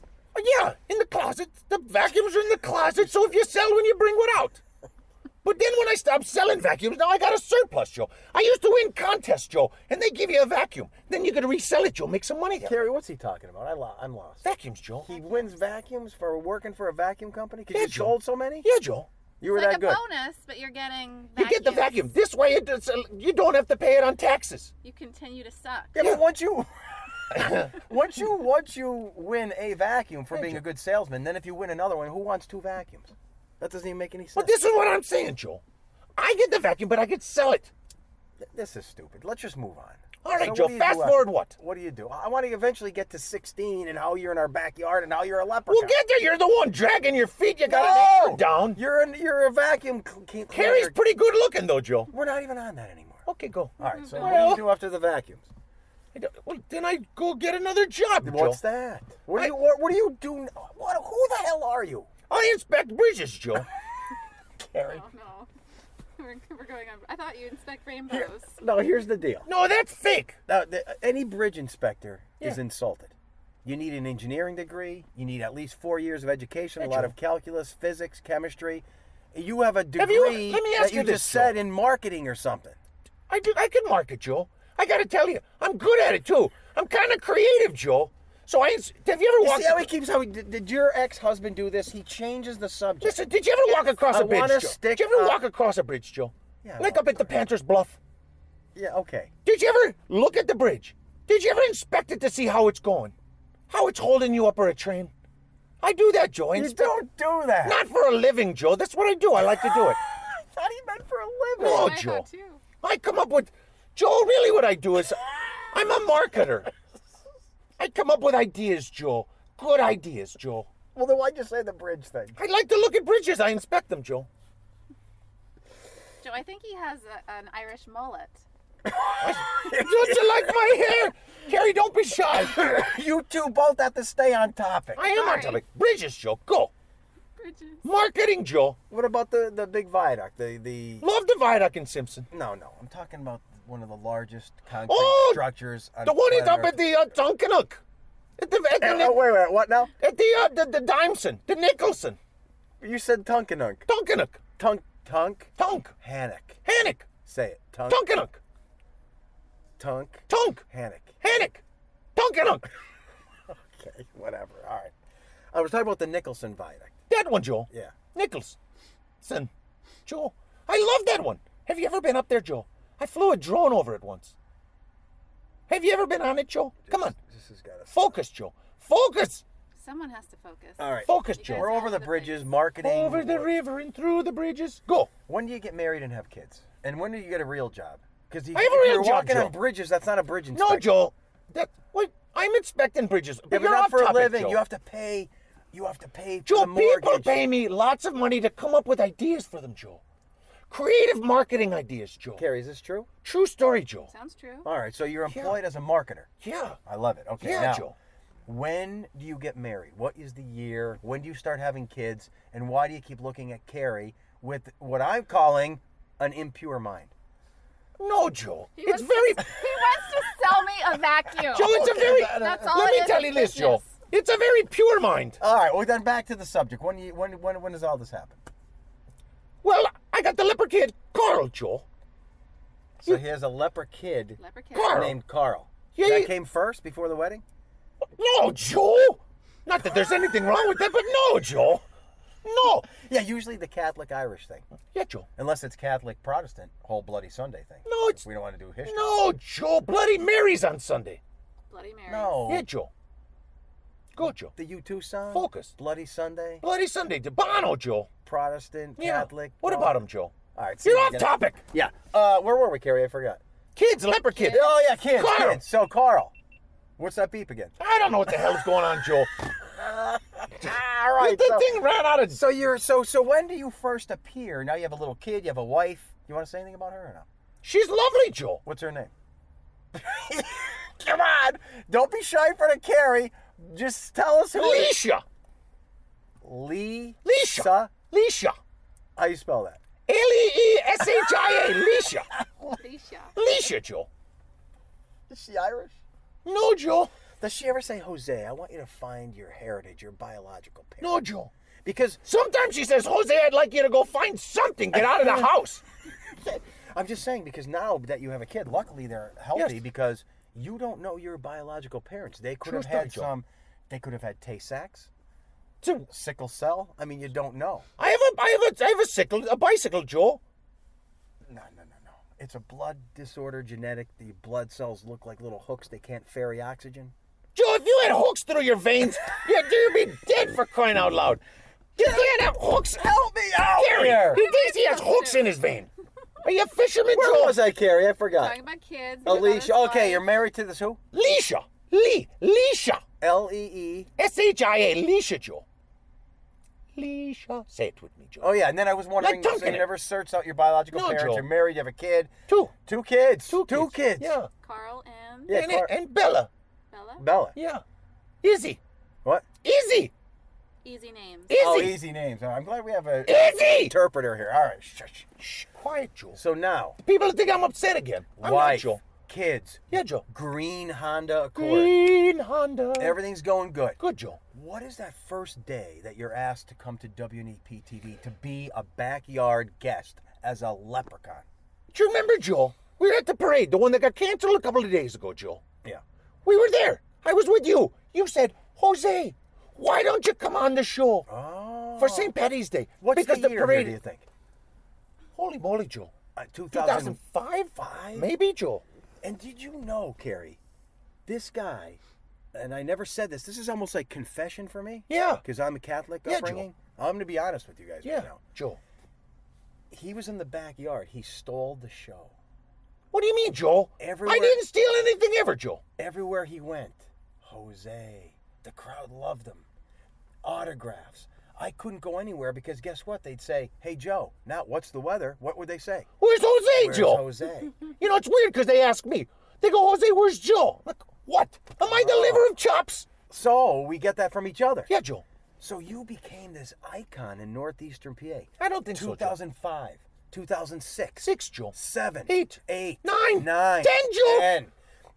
S3: yeah, in the closet. The vacuums are in the closet, so if you sell one, you bring one out. But then when I stopped selling vacuums, now I got a surplus, Joe. I used to win contests, Joe, and they give you a vacuum. Then you could resell it, Joe, make some money. there.
S2: Carrie, what's he talking about? I lo- I'm lost.
S3: Vacuums, Joe.
S2: he wins vacuums for working for a vacuum company because
S3: Yeah,
S2: you
S3: Joe.
S2: sold so many.
S3: Yeah, Joe.
S2: you were
S5: It's like
S2: that
S5: a
S2: good.
S5: bonus, but you're getting.
S3: You get the
S5: vacuums.
S3: vacuum. This way, it, does- uh, you don't have to pay it on taxes.
S5: You continue to suck.
S2: Yeah, but once you once you once you win a vacuum for being a good salesman, then if you win another one, who wants two vacuums? That doesn't even make any sense.
S3: But this is what I'm saying, Joe. I get the vacuum, but I could sell it.
S2: Th- this is stupid. Let's just move on.
S3: All right,
S2: what
S3: Joe,
S2: do you
S3: fast
S2: do after-
S3: forward what?
S2: What do you do? I want to eventually get to 16 and how you're in our backyard and how you're a leprechaun.
S3: Well, get there. You're the one dragging your feet. You got
S2: No!
S3: an anchor down.
S2: You're an, you're a vacuum cl- cl-
S3: Carrie's
S2: cleaner.
S3: pretty good looking, though, Joe.
S2: We're not even on that anymore.
S3: Okay, go.
S2: All right, so
S3: Well-
S2: what do you do after the vacuums?
S3: I don't- Well, then I go get another job,
S2: What's
S3: Joe.
S2: that? What
S3: I-
S2: do you what, what do you do? n- What, who the hell are you?
S3: I inspect bridges, Joe.
S2: Carrie.
S5: Oh no. We're, we're going on. I thought you inspect rainbows.
S2: No, here's the deal.
S3: no, that's fake.
S2: Now, the, any bridge inspector is
S3: Yeah.
S2: insulted. You need an engineering degree. You need at least four years of education, a
S3: Yeah,
S2: lot
S3: Joe.
S2: of calculus, physics, chemistry. You have a degree
S3: you- let me ask
S2: that you,
S3: you this,
S2: just said
S3: Joe.
S2: in marketing or something.
S3: I do. I can market, Joe. I gotta tell you, I'm good at it too. I'm kind of creative, Joe. So I ins- have you ever
S2: You
S3: walked?
S2: see how he keeps how he did, did your ex-husband do this? He changes the subject.
S3: Listen, did you ever walk across
S2: I
S3: a bridge,
S2: wanna
S3: Joe?
S2: stick
S3: did you ever
S2: up-
S3: walk across a bridge, Joe?
S2: Yeah, I
S3: Like
S2: walked
S3: up at the Panthers Bluff.
S2: yeah, okay.
S3: Did you ever look at the bridge? Did you ever inspect it to see how it's going, how it's holding you up or a train? I do that, Joe. I
S2: You
S3: inspect-
S2: don't do that.
S3: Not for a living, Joe. That's what I do. I like to do it.
S2: Not even meant for a living.
S3: No,
S5: I
S3: Joe.
S5: thought too.
S3: I come up with, Joe, really what I do is I'm a marketer. I come up with ideas, Joe. Good ideas, Joe.
S2: Well, then why'd you say the bridge thing?
S3: I like to look at bridges. I inspect them, Joe.
S5: Joe, I think he has a, an Irish mullet.
S3: Don't you like my hair? Carrie, don't be shy.
S2: You two both have to stay on topic.
S3: I am on
S5: Sorry.
S3: topic. Bridges, Joe. Go.
S5: Bridges.
S3: Marketing, Joe.
S2: What about the the big viaduct? The the
S3: Love the viaduct in Simpson.
S2: No, no. I'm talking about one of the largest concrete
S3: Oh,
S2: structures. On
S3: The one is up
S2: planet
S3: at
S2: Earth.
S3: the uh, Tonkinook. At the, at the,
S2: Oh, wait, wait. What now?
S3: at the, uh, the, the Dimeson. The Nicholson.
S2: You said Tunkinunk.
S3: Tonkinook.
S2: Tunk, Tunk,
S3: Tonk.
S2: Hannock.
S3: Hannock.
S2: Say it. Tunk,
S3: Tonkinook.
S2: Tunk,
S3: Tonk.
S2: Hannock.
S3: Hannock. Tonkinook.
S2: Okay, whatever. All right. I was talking about the Nicholson Viaduct.
S3: That one, Joe.
S2: Yeah.
S3: Nicholson. Joe. I love that one. Have you ever been up there, Joe? I flew a drone over it once. Have you ever been on it, Joe? Come on.
S2: This has got to.
S3: Focus, Joe. Focus.
S5: Someone has to focus.
S2: All right.
S3: Focus,
S5: guys
S2: We're
S3: Joe.
S5: are
S2: over the bridges, marketing.
S3: Over the river and through the bridges. Go.
S2: When do you get married and have kids? And when do you get a real job? Because
S3: I have a
S2: if
S3: real
S2: you're
S3: job,
S2: walking on
S3: Joe.
S2: bridges, that's not a bridge
S3: No,
S2: inspection.
S3: Joe. That wait, I'm inspecting bridges.
S2: Yeah,
S3: But
S2: but
S3: you're
S2: not
S3: off
S2: for
S3: topic,
S2: a living.
S3: Joe.
S2: You have to pay. You have to pay. for
S3: Joe,
S2: the
S3: people
S2: mortgage.
S3: pay me lots of money to come up with ideas for them, Joe. Creative marketing ideas, Joe.
S2: Carrie, is this true?
S3: True story, Joe.
S5: Sounds true.
S2: All right, so you're employed as a marketer.
S3: Yeah.
S2: I love it. Okay,
S3: Yeah,
S2: now,
S3: Joe.
S2: when do you get married? What is the year? When do you start having kids? And why do you keep looking at Carrie with what I'm calling an impure mind?
S3: No, Joe.
S5: He
S3: It's
S5: wants
S3: very
S5: To, he wants to sell me a vacuum.
S3: Joe, it's a very
S5: That's all
S3: Let
S5: it
S3: me
S5: is,
S3: tell
S5: it's
S3: you this, Joe.
S5: business.
S3: It's a very pure mind.
S2: All right, well then back to the subject. When do you, when when when does all this happen?
S3: Well, I got the leper kid, Carl, Joe.
S2: So he has a leper kid
S5: Leper kid.
S3: Carl.
S2: named Carl.
S3: Yeah,
S2: that
S3: yeah.
S2: came first before the wedding.
S3: No, Joe. Not that there's anything wrong with that, but no, Joe. No.
S2: Yeah, usually the Catholic Irish thing.
S3: Yeah, Joe.
S2: Unless it's Catholic Protestant, whole Bloody Sunday thing.
S3: No, it's
S2: We don't want to do history.
S3: no, Joe. Bloody Mary's on Sunday.
S5: Bloody Mary.
S2: No.
S3: Yeah, Joe. Go, Joe.
S2: The U2 song?
S3: Focus.
S2: Bloody Sunday?
S3: Bloody Sunday. DeBono, Joe.
S2: Protestant?
S3: Yeah.
S2: Catholic?
S3: What
S2: Roman.
S3: about him, Joe?
S2: All right. see
S3: You're
S2: you
S3: off
S2: again.
S3: topic.
S2: Yeah. Uh, where were we, Carrie? I forgot.
S3: Kids, leper kids.
S2: Oh, yeah, kids.
S3: Carl!
S2: Kids. So, Carl. What's that beep again?
S3: I don't know what the hell's going on, Joe.
S2: All right.
S3: the
S2: so,
S3: thing ran out of.
S2: so you're so so. When do you first appear? Now you have a little kid. You have a wife. You want to say anything about her or no?
S3: She's lovely, Joe.
S2: What's her name? Come on! Don't be shy in front of Carrie. Just tell us who. it is.
S3: Leisha.
S2: Lee.
S3: Leisha. Leisha.
S2: How you spell that?
S3: L E E S H I A. Leisha.
S5: Alicia.
S3: Leisha, Joe.
S2: Is she Irish?
S3: No, Joe.
S2: Does she ever say Jose? I want you to find your heritage, your biological parent.
S3: No, Joe.
S2: Because
S3: Sometimes she says, Jose, I'd like you to go find something. Get out of the house.
S2: I'm just saying because now that you have a kid, luckily they're healthy
S3: Yes.
S2: because you don't know your biological parents. They could
S3: True
S2: have had
S3: story, Joe.
S2: some. They could have had Tay Sachs,
S3: So,
S2: sickle cell. I mean, you don't know.
S3: I have a, I have a, I have a sickle, a bicycle, Joe.
S2: No, no, no, no. It's a blood disorder, genetic. The blood cells look like little hooks. They can't ferry oxygen.
S3: Joe, if you had hooks through your veins, you'd, you'd be dead for crying out loud. You can't have hooks. Help me out Gary,
S2: here.
S3: He thinks he has hooks in his vein. Are you a fisherman, Joe?
S2: Who was I, Carrie? I forgot.
S5: Talking about kids. about his
S2: Alicia. Okay,
S5: wife.
S2: you're married to this who?
S3: Leisha. Lee. Leisha.
S2: L E E.
S3: S-H-I-A. Leisha, Joe. Leisha. Say it with me, Joe.
S2: Oh yeah, and then I was wondering.
S3: Like
S2: so you
S3: Duncan.
S2: never searched out your biological
S3: No,
S2: parents.
S3: Joe.
S2: You're married. You have a kid.
S3: Two.
S2: Two kids.
S3: Two kids.
S2: kids.
S3: Yeah.
S5: Carl and
S2: Yeah,
S3: and,
S2: Car-
S3: and Bella.
S5: Bella.
S2: Bella.
S3: Yeah. Izzy.
S2: What?
S3: Izzy.
S5: Easy names.
S3: Izzy.
S2: Oh, easy names. I'm glad we have a
S3: Izzy.
S2: interpreter here. All right. Shush.
S3: Shh, quiet, Joe.
S2: So now,
S3: People think I'm upset again. I'm
S2: wife,
S3: not, Joe.
S2: kids,
S3: Yeah, Mm. Joe.
S2: green Honda Accord.
S3: Green Honda.
S2: Everything's going good.
S3: Good, Joe.
S2: What is that first day that you're asked to come to E WNEP TV to be a backyard guest as a leprechaun?
S3: Do you remember, Joe? We were at the parade, the one that got canceled a couple of days ago, Joe.
S2: Yeah.
S3: We were there. I was with you. You said, Jose, why don't you come on the show
S2: Oh.
S3: for St. Patty's Day?
S2: What's
S3: because
S2: the year here,
S3: parade?
S2: do you think?
S3: Holy moly, Joe.
S2: Uh, 2000.
S3: 2005?
S2: Five?
S3: Maybe, Joe.
S2: And did you know, Carrie, this guy, and I never said this, this is almost like confession for me.
S3: Yeah.
S2: Because I'm a Catholic
S3: Yeah, Joe.
S2: upbringing. I'm going to be honest with you guys
S3: Yeah,
S2: right now.
S3: Joe.
S2: He was in the backyard. He stole the show.
S3: What do you mean, Joe?
S2: Everywhere-
S3: I didn't steal anything ever, Joe.
S2: Everywhere he went, Jose, the crowd loved him. Autographs. I couldn't go anywhere because guess what? They'd say, "Hey Joe, now what's the weather?" What would they say?
S3: Where's Jose,
S2: "Where's
S3: Joe?
S2: Jose?
S3: You know, it's weird because they ask me. They go, Jose, where's Joe? Like, what? Am I
S2: Oh.
S3: the liver of chops?
S2: so we get that from each other.
S3: Yeah, Joe.
S2: So you became this icon in northeastern PA.
S3: I don't think so. Joe.
S2: 2005, 2006,
S3: Six, Joe.
S2: 7,
S3: Eight.
S2: eight,
S3: Nine.
S2: nine,
S3: Ten, Joe.
S2: 10.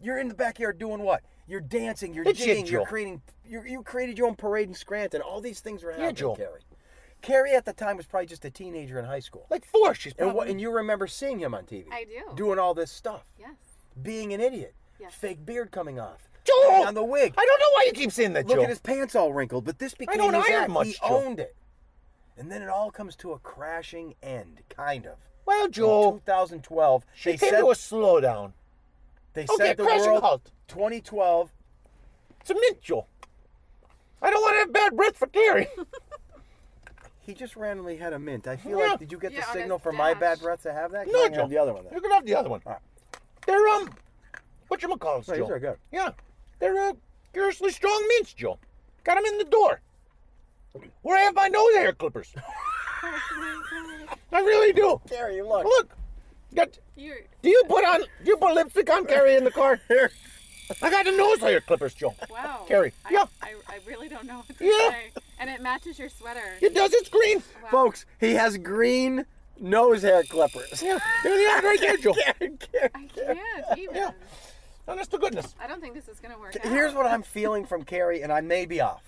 S2: You're in the backyard doing what? You're dancing, you're
S3: It's it,
S2: jigging, you're
S3: Joe.
S2: creating you you created your own parade in Scranton. All these things were happening,
S3: Joe.
S2: Carrie. Carrie at the time was probably just a teenager in high school.
S3: Like four. She's
S2: And what
S3: probably-
S2: and you remember seeing him on TV.
S5: I do.
S2: Doing all this stuff.
S5: Yes.
S2: Being an idiot.
S5: Yes.
S2: Fake beard coming off.
S3: Joe!
S2: putting On the wig.
S3: I don't know why you keep saying that,
S2: Look
S3: Joe.
S2: at his pants all wrinkled, but this became
S3: don't
S2: his
S3: iron
S2: act.
S3: much,
S2: he
S3: Joe.
S2: owned it. And then it all comes to a crashing end, kind of.
S3: Well,
S2: In
S3: Joe,
S2: 2012,
S3: she
S2: they
S3: came
S2: said
S3: to a slowdown.
S2: they
S3: Okay,
S2: said the
S3: crashing
S2: world
S3: halt.
S2: 2012.
S3: It's a mint, Joe. I don't want to have bad breath for Gary.
S2: He just randomly had a mint. I feel
S3: Yeah.
S2: like did you get
S5: Yeah,
S2: the
S5: on
S2: signal
S5: his
S2: for my
S5: dash.
S2: bad breath to have that? 'Cause I
S3: no,
S2: can
S3: Joe.
S2: have the other one. Then.
S3: You can have the other one.
S2: All right.
S3: They're, um, what you call
S2: No,
S3: Joe?
S2: these are good.
S3: Yeah. They're, uh, curiously strong mints, Joe. Got them in the door. Where I have my nose hair clippers. I really do.
S2: Gary, look.
S3: Look. Got,
S5: You're
S3: do you put on, do you put lipstick on, Gary, in the car? Here. I got the nose hair clippers, Joe.
S5: wow.
S3: Carrie.
S5: I,
S3: Yeah.
S5: I, I really don't know what to yeah.
S3: Yeah.
S5: say. And it matches your sweater.
S3: It does, it's green.
S5: Wow.
S2: Folks, he has green nose hair clippers.
S3: Yeah, there they are right there, Joe.
S5: I can't even.
S3: Yeah. Honest to goodness.
S5: I don't think this is gonna work. out.
S2: Here's what I'm feeling from Carrie, and I may be off.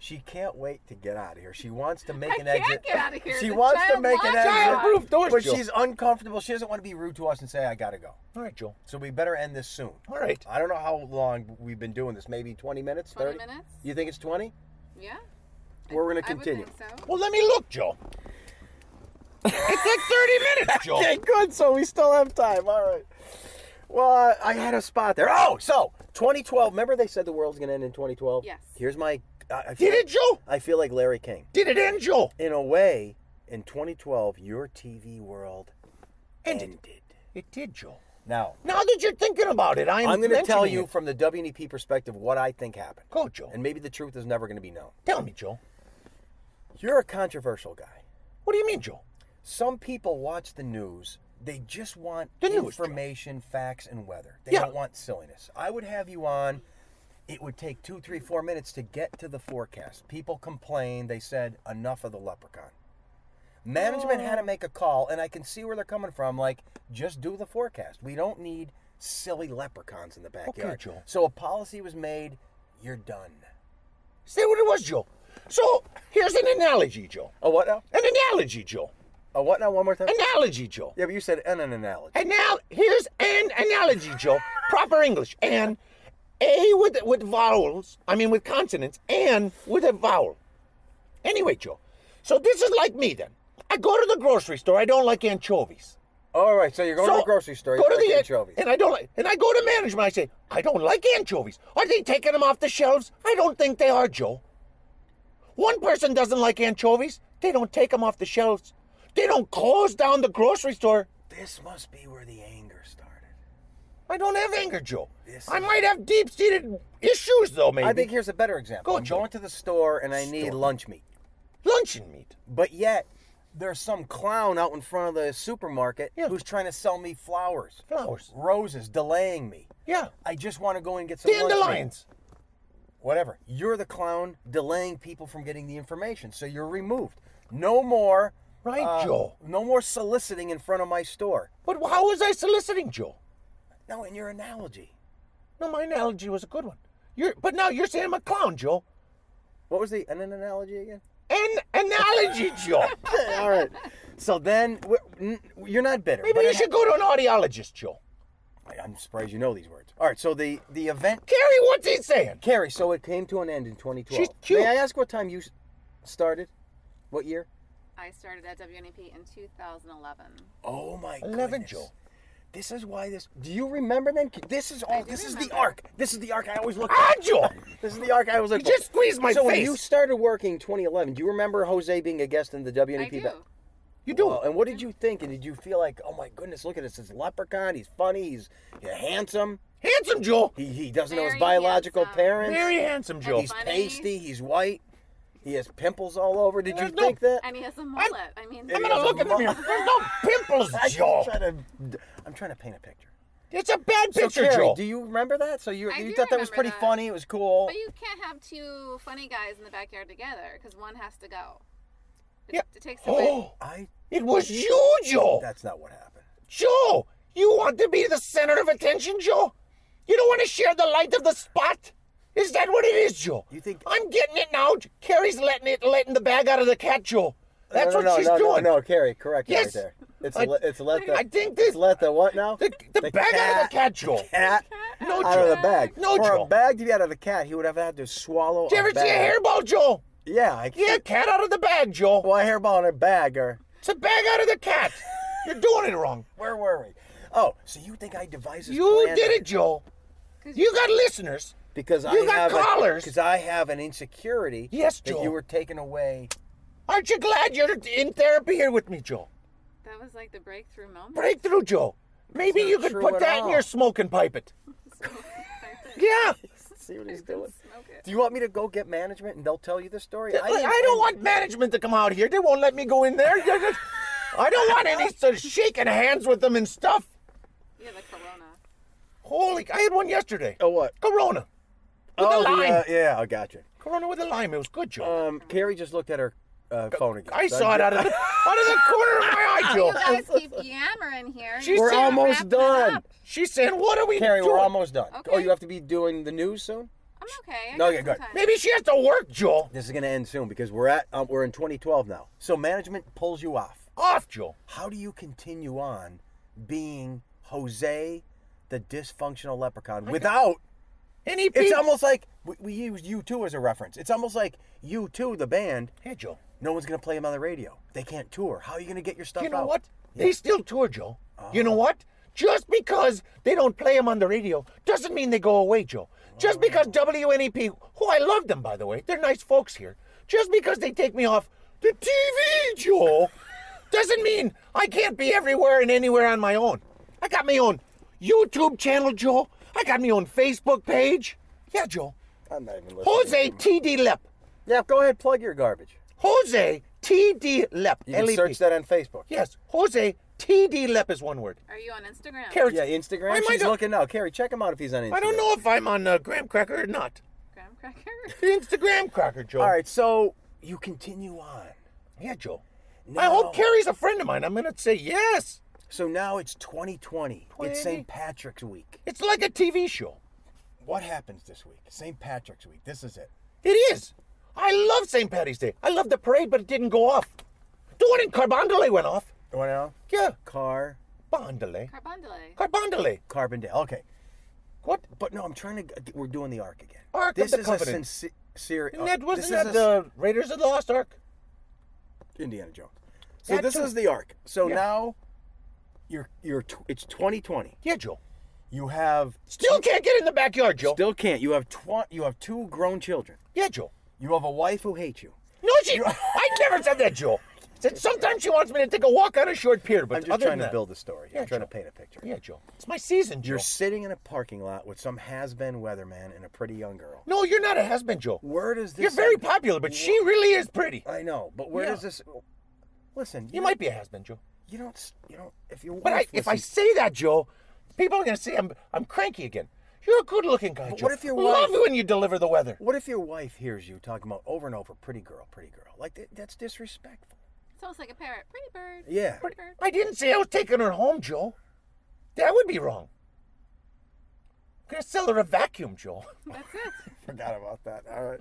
S2: She can't wait to get out of here. She wants to make
S5: I
S2: an
S5: can't
S2: exit.
S5: get out of here.
S2: She
S5: The
S2: wants to
S5: child
S2: make an
S5: locked
S2: exit.
S5: out.
S3: Childproof doors,
S2: But
S3: Joe.
S2: she's uncomfortable. She doesn't want to be rude to us and say, I gotta go.
S3: All right, Joe.
S2: So we better end this soon.
S3: All right.
S2: I don't know how long we've been doing this. Maybe 20 minutes?
S5: 20
S2: 30?
S5: minutes?
S2: You think it's 20?
S5: Yeah.
S2: We're going to
S5: I would think
S2: continue.
S5: so.
S3: Well, let me look, Joe. It's like 30 minutes, Joe.
S2: Okay, good. So we still have time. All right. Well, I had a spot there. Oh, so 2012. Remember they said the world's gonna end in 2012.
S5: Yes.
S2: Here's my. I, I feel
S3: Did it, Joe?
S2: I feel like Larry King.
S3: Did it end, Joe?
S2: In a way, in 2012, your TV world
S3: Ended.
S2: ended.
S3: It did, Joe.
S2: Now,
S3: Now that you're thinking about it, I'm,
S2: I'm gonna tell
S3: mentioning
S2: you
S3: it.
S2: from the WNEP perspective what I think happened,
S3: Go, Joe.
S2: and maybe the truth is never gonna be known.
S3: tell me, Joe.
S2: You're a controversial guy.
S3: What do you mean, Joe?
S2: Some people watch the news. They just want
S3: The news, Joe.
S2: information, facts, and weather. They
S3: Yeah.
S2: don't want silliness. I would have you on. It would take two, three, four minutes to get to the forecast. People complained. They said, enough of the leprechaun. Management had to make a call, and I can see where they're coming from. Like, just do the forecast. We don't need silly leprechauns in the backyard.
S3: Joe.
S2: So a policy was made. You're done.
S3: Say what it was, Joe. So here's an analogy, Joe.
S2: A what now?
S3: An analogy, Joe.
S2: A what now? One more time?
S3: Analogy, Joe.
S2: Yeah, but you said an, an analogy.
S3: And now here's an analogy, Joe. Proper English. And A with with vowels. I mean with consonants. And with a vowel. Anyway, Joe. So this is like me then. I go to the grocery store. I don't like anchovies.
S2: All right, so you're going to
S3: So,
S2: the grocery store.
S3: Go
S2: you
S3: to
S2: like
S3: the an-
S2: anchovies.
S3: And I don't like. And I go to management. I say I don't like anchovies. Are they taking them off the shelves? I don't think they are, Joe. One person doesn't like anchovies. They don't take them off the shelves. They don't close down the grocery store.
S2: This must be where the anger started.
S3: I don't have anger, Joe.
S2: This
S3: I
S2: is-
S3: might have deep-seated issues, though. Maybe
S2: I think here's a better example.
S3: Go
S2: I'm
S3: on, Joe.
S2: going to the store and I need lunch meat.
S3: luncheon meat.
S2: But yet, there's some clown out in front of the supermarket
S3: Yeah.
S2: who's trying to sell me flowers,
S3: Flowers.
S2: roses, delaying me.
S3: Yeah.
S2: I just want to go and get some lunch meat.
S3: Dandelions.
S2: Whatever. You're the clown delaying people from getting the information, so you're removed. No more.
S3: Right,
S2: uh,
S3: Joe.
S2: No more soliciting in front of my store.
S3: But how was I soliciting, Joe?
S2: No, in your analogy.
S3: No, my analogy was a good one. You're, but now you're saying I'm a clown, Joe.
S2: What was the an an analogy again?
S3: An analogy, Joe.
S2: All right. So then, w- n- you're not bitter.
S3: Maybe
S2: but
S3: you
S2: it-
S3: should go to an audiologist, Joe.
S2: I- I'm surprised you know these words. All right. So the the event,
S3: Carrie, what's he saying?
S2: Carrie. So it came to an end in 2012.
S3: She's cute.
S2: May I ask what time you s- started? What year?
S5: I started at WNEP in 2011.
S2: Oh my god.
S3: 11, Joe.
S2: This is why this. Do you remember then? This is all.
S5: do
S2: This is the
S5: remember.
S2: arc. This is the arc I always look.
S3: Ah,
S2: at.
S3: Joe.
S2: This is the arc I always look.
S3: You just squeezed my
S2: so when
S3: face.
S2: you started working 2011, do you remember Jose being a guest in the WNP?
S5: I do.
S3: You do.
S2: Wow, And what did you think? And did you feel like, oh my goodness, look at this, this leprechaun, he's funny, he's, he's handsome,
S3: handsome, Joe.
S2: he, he doesn't know his
S5: Very
S2: biological
S5: handsome.
S2: parents.
S3: Very handsome, Joe.
S2: He's
S5: Funny.
S2: pasty. He's white. He has pimples all over. Did you
S3: There's no-
S2: think that?
S5: And he has a mullet. I, mean,
S3: I'm gonna look at the mirror. There's no pimples,
S2: I- I'm
S3: Joe.
S2: trying to, I'm trying to paint a picture.
S3: It's a bad
S2: So,
S3: picture,
S2: Carrie,
S3: Joe.
S2: do you remember that? So you,
S5: I
S2: you
S5: do
S2: thought that was
S5: remember
S2: pretty
S5: that.
S2: funny. It was cool.
S5: But you can't have two funny guys in the backyard together because one has to go. It,
S3: Yeah.
S5: it takes away.
S3: Oh,
S2: I.
S3: it was you, Joe.
S2: That's not what happened.
S3: Joe, you want to be the center of attention, Joe? You don't want to share the light of the spot? Is that what it is, Joe?
S2: You think-
S3: I'm getting it now? Carrie's letting it, letting the bag out of the cat, Joe. That's
S2: no, no,
S3: what
S2: no,
S3: she's
S2: no,
S3: doing.
S2: No, no, Carrie, correct it
S3: Yes.
S2: right there. It's
S3: I-
S2: le- it's let the.
S3: I think this-
S2: it's let the what now?
S3: The, the, bag out of the cat, Joe.
S2: Cat
S3: No,
S2: out of
S3: Joe.
S2: the bag.
S3: No,
S2: For
S3: Joe.
S2: a bag to be out of the cat, he would have had to swallow.
S3: Did you
S2: a
S3: ever see
S2: bag.
S3: a hairball, Joe?
S2: Yeah, I
S3: Yeah, cat out of the bag, Joe.
S2: Well, a hairball in a bag or.
S3: It's a bag out of the cat. You're doing it wrong.
S2: Where were we? Oh, so you think I devised this
S3: You
S2: plan
S3: did it, Joe.
S5: 'Cause
S3: You got listeners.
S2: because I
S3: You got
S2: have
S3: collars.
S2: because I have an insecurity.
S3: Yes,
S2: that
S3: Joe.
S2: you were taken away.
S3: Aren't you glad you're in therapy here with me, Joe?
S5: That was like the breakthrough moment.
S3: Breakthrough, Joe. Maybe
S2: not
S3: you could
S2: true
S3: put
S2: at
S3: that
S2: all.
S3: in your smoke and pipe it. Yeah.
S2: See what
S5: I
S2: he's
S5: can
S2: doing.
S5: smoke it.
S2: Do you want me to go get management and they'll tell you the story?
S3: I,
S2: didn't-
S3: don't want management to come out here. They won't let me go in there. I don't want any sort of shaking hands with them and stuff.
S5: Yeah, the corona.
S3: Holy, I had one yesterday.
S2: Oh what?
S3: Corona. With
S2: oh
S3: a lime.
S2: uh, yeah, I got you.
S3: Corona with a lime. It was good, Joe.
S2: Um, Carrie just looked at her uh, phone again.
S3: I saw it out of, the, out of the corner of my eye,
S5: You
S3: Joe.
S5: guys keep yammering here.
S3: She's-
S5: You
S2: We're
S5: can't
S2: almost
S5: wrap it
S2: done.
S5: up.
S3: She's saying, what are we
S2: Carrie,
S3: doing?
S2: we're almost done. Oh,
S5: Okay.
S2: you have to be doing the news soon.
S5: I'm okay. I
S2: No,
S5: got
S2: okay,
S5: some
S2: good.
S5: time.
S3: Maybe she has to work, Joe.
S2: This is gonna end soon because we're at um, we're in 2012 now. So management pulls you off.
S3: Off, Joe.
S2: how do you continue on being Jose the dysfunctional leprechaun without
S3: And he
S2: It's
S3: peaked.
S2: almost like we, we use U2 as a reference. It's almost like U2, the band,
S3: Hey, Joe.
S2: no one's going to play them on the radio. They can't tour. How are you going to get your stuff
S3: You know
S2: out? Oh.
S3: what? They still tour, Joe. You know what? Just because they don't play them on the radio doesn't mean they go away, Joe.
S2: Oh.
S3: Just because WNEP, who I love them by the way, they're nice folks here. Just because they take me off the TV, Joe, doesn't mean I can't be everywhere and anywhere on my own. I got my own YouTube channel, Joe. I got my own Facebook page. Yeah, Joe.
S2: I'm not even listening.
S3: Jose TD Lep.
S2: Yeah, go ahead, plug your garbage.
S3: Jose TD Lep.
S2: You can
S3: L E P.
S2: search that on Facebook.
S3: Yes, Jose TD Lep is one word.
S5: Are you on Instagram?
S3: Carrots.
S2: Yeah, Instagram.
S3: I might
S2: She's
S3: not-
S2: looking now. Carrie, check him out if he's on Instagram.
S3: I don't know if I'm on uh, Graham Cracker or not.
S5: Graham Cracker?
S3: Instagram Cracker, Joe.
S2: All right, so you continue on.
S3: Yeah, Joe. I
S2: Now-
S3: hope Carrie's a friend of mine. I'm gonna say yes.
S2: So now it's 2020. It's
S3: 20.
S2: St. Patrick's Week.
S3: It's like a TV show.
S2: What happens this week? St. Patrick's Week. This is it.
S3: It is. I love St. Patty's Day. I love the parade, but it didn't go off. The one in Carbondale went off.
S2: You want to know?
S3: Yeah,
S2: Car,
S3: Bondale.
S5: Carbondale.
S3: Carbondale.
S2: Carbondale. Okay.
S3: What?
S2: But no, I'm trying to. We're doing the Ark again.
S3: Ark of
S2: this
S3: the
S2: is
S3: Covenant.
S2: a sincere.
S3: Isn't that,
S2: Oh, this
S3: wasn't
S2: is
S3: that
S2: a
S3: the Raiders of the Lost Ark?
S2: Indiana Jones? So
S3: That
S2: this
S3: too.
S2: is the Ark. So
S3: Yeah.
S2: now, you're you're. Tw- it's 2020.
S3: Yeah, Joe.
S2: You have
S3: Still can't get in the backyard, Joe.
S2: still can't. You have tw- You have two grown children.
S3: Yeah, Joe.
S2: You have a wife who hates you.
S3: No, she. I never said that, Joe. Said sometimes she wants me to take a walk on a short pier, but
S2: I'm just
S3: other
S2: trying
S3: than
S2: to
S3: that-
S2: build a story.
S3: Yeah,
S2: I'm trying to
S3: Joe.
S2: paint a picture.
S3: Yeah, Joe. It's my season, Joe.
S2: You're sitting in a parking lot with some has-been weatherman and a pretty young girl.
S3: No, you're not a husband, Joe.
S2: Where does this?
S3: You're very
S2: end?
S3: popular, but she really is pretty.
S2: I know, but where
S3: Yeah.
S2: does this? Listen,
S3: You might be a husband, Joe.
S2: You don't. s- You don't. If you.
S3: But I, if I say that, Joe, people are gonna say I'm I'm cranky again. You're a good-looking guy,
S2: But
S3: Joe.
S2: what if your
S3: Love
S2: wife-
S3: when you deliver the weather.
S2: What if your wife hears you talking about over and over, pretty girl, pretty girl? Like, that, that's disrespectful.
S5: It's almost like a parrot. Pretty bird.
S2: Yeah.
S5: Pretty bird.
S3: I didn't say I was taking her home, Joe. That would be wrong. I'm gonna sell her a vacuum, Joe.
S5: That's it.
S2: Forgot about that. All right.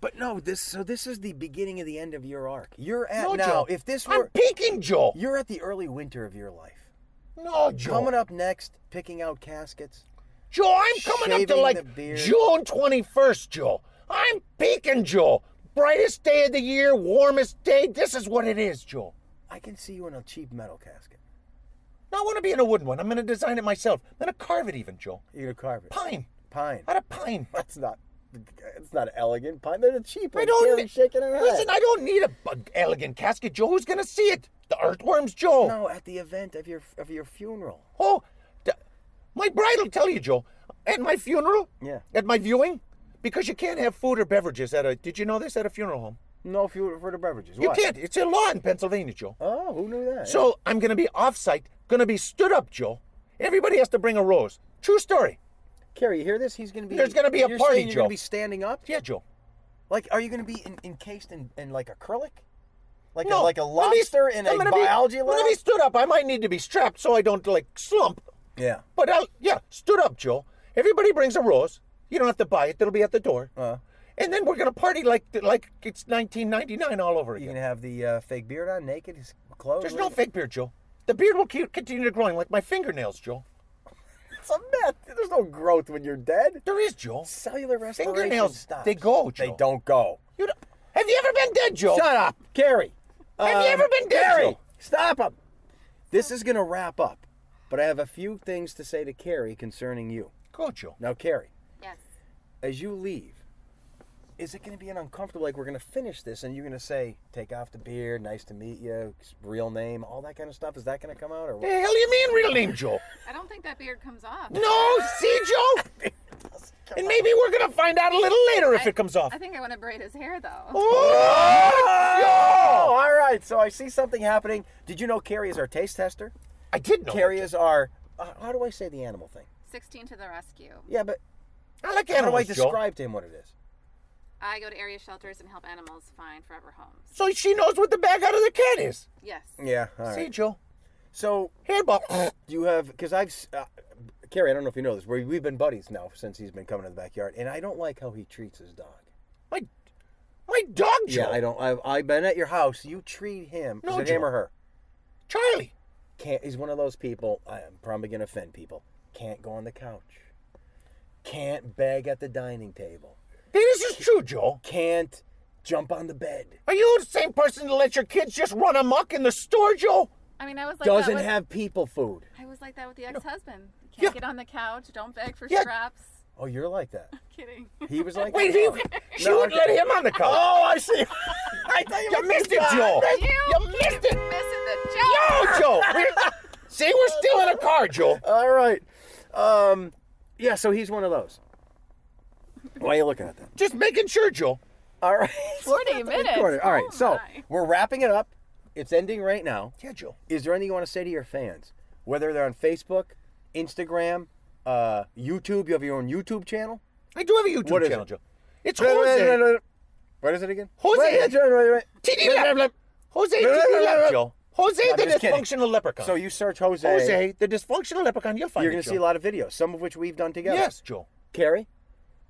S2: But no, this so this is the beginning of the end of your arc. You're at
S3: no,
S2: now.
S3: Joe.
S2: If this
S3: I'm
S2: were,
S3: peeking, Joe.
S2: you're at the early winter of your life.
S3: No, Joe.
S2: Coming up next, picking out caskets.
S3: Joe, I'm coming up to
S2: Shaving the
S3: like
S2: beard.
S3: June 21st, Joe. I'm peaking, Joe. Brightest day of the year, warmest day. This is what it is, Joe.
S2: I can see you in a cheap metal casket.
S3: Now, I want to be in a wooden one. I'm going to design it myself. I'm going to carve it even, Joe.
S2: You're gonna carve it.
S3: Pine.
S2: Pine.
S3: Out of pine.
S2: That's not. It's not elegant pine. They're cheap.
S3: I don't. e-
S2: Carrie shaking her head.
S3: Listen, I don't need a bug elegant casket, Joe. Who's going to see it? The earthworms, Joe.
S2: No, at the event of your of your funeral.
S3: Oh, d- my bride will tell you, Joe. At my funeral?
S2: Yeah.
S3: At my viewing? Because you can't have food or beverages at a. Did you know this? At a funeral home.
S2: No funeral for the beverages.
S3: You
S2: Why?
S3: can't. It's a law in Pennsylvania, Joe.
S2: Oh, who knew that?
S3: So I'm going to be off-site, going to be stood up, Joe. Everybody has to bring a rose. True story.
S2: Carrie, you hear this? He's gonna be.
S3: There's gonna be a
S2: you're
S3: party,
S2: saying You're
S3: Joe.
S2: gonna be standing up.
S3: Yeah, Joe.
S2: Like, are you gonna be in, encased in, in like acrylic? Like a,
S3: No,
S2: like a
S3: let me-
S2: lobster in
S3: I'm
S2: a
S3: gonna be-
S2: biology
S3: I'm
S2: lab.
S3: going to be stood up. I might need to be strapped so I don't like slump.
S2: yeah.
S3: But I'll, yeah, stood up, Joe. Everybody brings a rose. You don't have to buy it. It'll be at the door.
S2: Uh,
S3: And then we're going to party like like it's 1999 all over
S2: you
S3: again.
S2: gonna have the uh, fake beard on, naked, his clothes.
S3: There's
S2: like-
S3: no fake beard, Joe. The beard will keep, continue growing like my fingernails, Joe.
S2: It's a myth. There's no growth when you're dead.
S3: There is, Joe.
S2: Cellular respiration
S3: Fingernails,
S2: stops.
S3: they go,
S2: They
S3: Joe.
S2: don't go.
S3: You don't, have you ever been dead, Joe?
S2: Shut up, Carrie.
S3: Have you ever been dead,
S2: Carrie?
S3: Joe?
S2: Stop him. This is gonna wrap up, but I have a few things to say to Carrie concerning you.
S3: Go, Joe.
S2: Now, Carrie.
S5: Yes.
S2: as you leave, is it going to be an uncomfortable? Like we're going to finish this, and you're going to say, "Take off the beard. Nice to meet you. Real name. All that kind of stuff." Is that going to come out or
S3: The
S2: what?
S3: hell you mean real name, Joe?
S5: I don't think that beard comes off.
S3: No, see, Joe? and maybe we're going to find out a little later if
S5: I-
S3: it comes off.
S5: I think I want to braid his hair though.
S3: oh,
S2: Oh, all right. So I see something happening. Did you know Carrie is our taste tester?
S3: Joe! I did know.
S2: Carrie is our. Uh, how do I say the animal thing?
S5: 16 to the rescue.
S2: Yeah, but
S3: I like
S2: how do I
S3: animals, Joe.
S2: describe to him what it is?
S5: I go to area shelters and help animals find forever homes.
S3: So she knows what the bag out of the cat is.
S5: Yes.
S2: Yeah. All
S3: See,
S2: right.
S3: Joe?
S2: So
S3: Hairball.
S2: do you have? Because I've. s- Uh, Carrie, I don't know if you know this. we we've been buddies now since he's been coming to the backyard, and I don't like how he treats his dog.
S3: my, my dog, Joe.
S2: Yeah, I don't. I've, I've been at your house. You treat him.
S3: No,
S2: is it him
S3: Joe.
S2: or her?
S3: Charlie.
S2: Can't. He's one of those people. I'm probably gonna offend people. Can't go on the couch. Can't beg at the dining table.
S3: This is true, Joe.
S2: Can't jump on the bed.
S3: Are you the same person to let your kids just run amok in the store, Joe?
S5: I mean, I was like
S2: Doesn't
S5: that with,
S2: have people food.
S5: I was like that with the ex-husband. You can't
S3: Yeah.
S5: get on the couch. Don't beg for
S3: Yeah.
S5: scraps.
S2: Oh, you're like that.
S5: Kidding.
S2: He was like
S3: Wait,
S2: that.
S3: he, she
S2: No,
S3: would
S2: I-
S3: let him on the couch.
S2: Oh, I see. I thought
S3: You missed it, Joe.
S5: You,
S3: You missed
S5: keep
S3: it.
S5: Missing the joke.
S3: No, Joe. We're- See, we're still in a car, Joe.
S2: All right. Um, yeah, so he's one of those. Why are you looking at that?
S3: Just making sure, Joe.
S2: All right.
S5: 40 minutes.
S2: All right.
S5: Oh
S2: so
S5: my.
S2: we're wrapping it up. It's ending right now.
S3: Yeah, Joe.
S2: Is there anything you want to say to your fans? Whether they're on Facebook, Instagram, uh, YouTube, you have your own YouTube channel?
S3: I do have a YouTube
S2: What is
S3: channel,
S2: it?
S3: Joe. It's
S2: Wait, wait, wait,
S3: Jose.
S2: wait, wait. What is it again?
S3: Jose.
S2: Wait, wait, wait, wait.
S3: TD Lep. Jose,
S2: no, no,
S3: TD
S2: no, no.
S3: Lep, Joe. Jose
S2: I'm
S3: the
S2: just kidding.
S3: dysfunctional leprechaun.
S2: So you search Jose.
S3: Jose, the dysfunctional leprechaun, you'll find
S2: You're
S3: it,
S2: going to
S3: Joe.
S2: see a lot of videos, some of which we've done together.
S3: Yes, Joe.
S2: Carrie,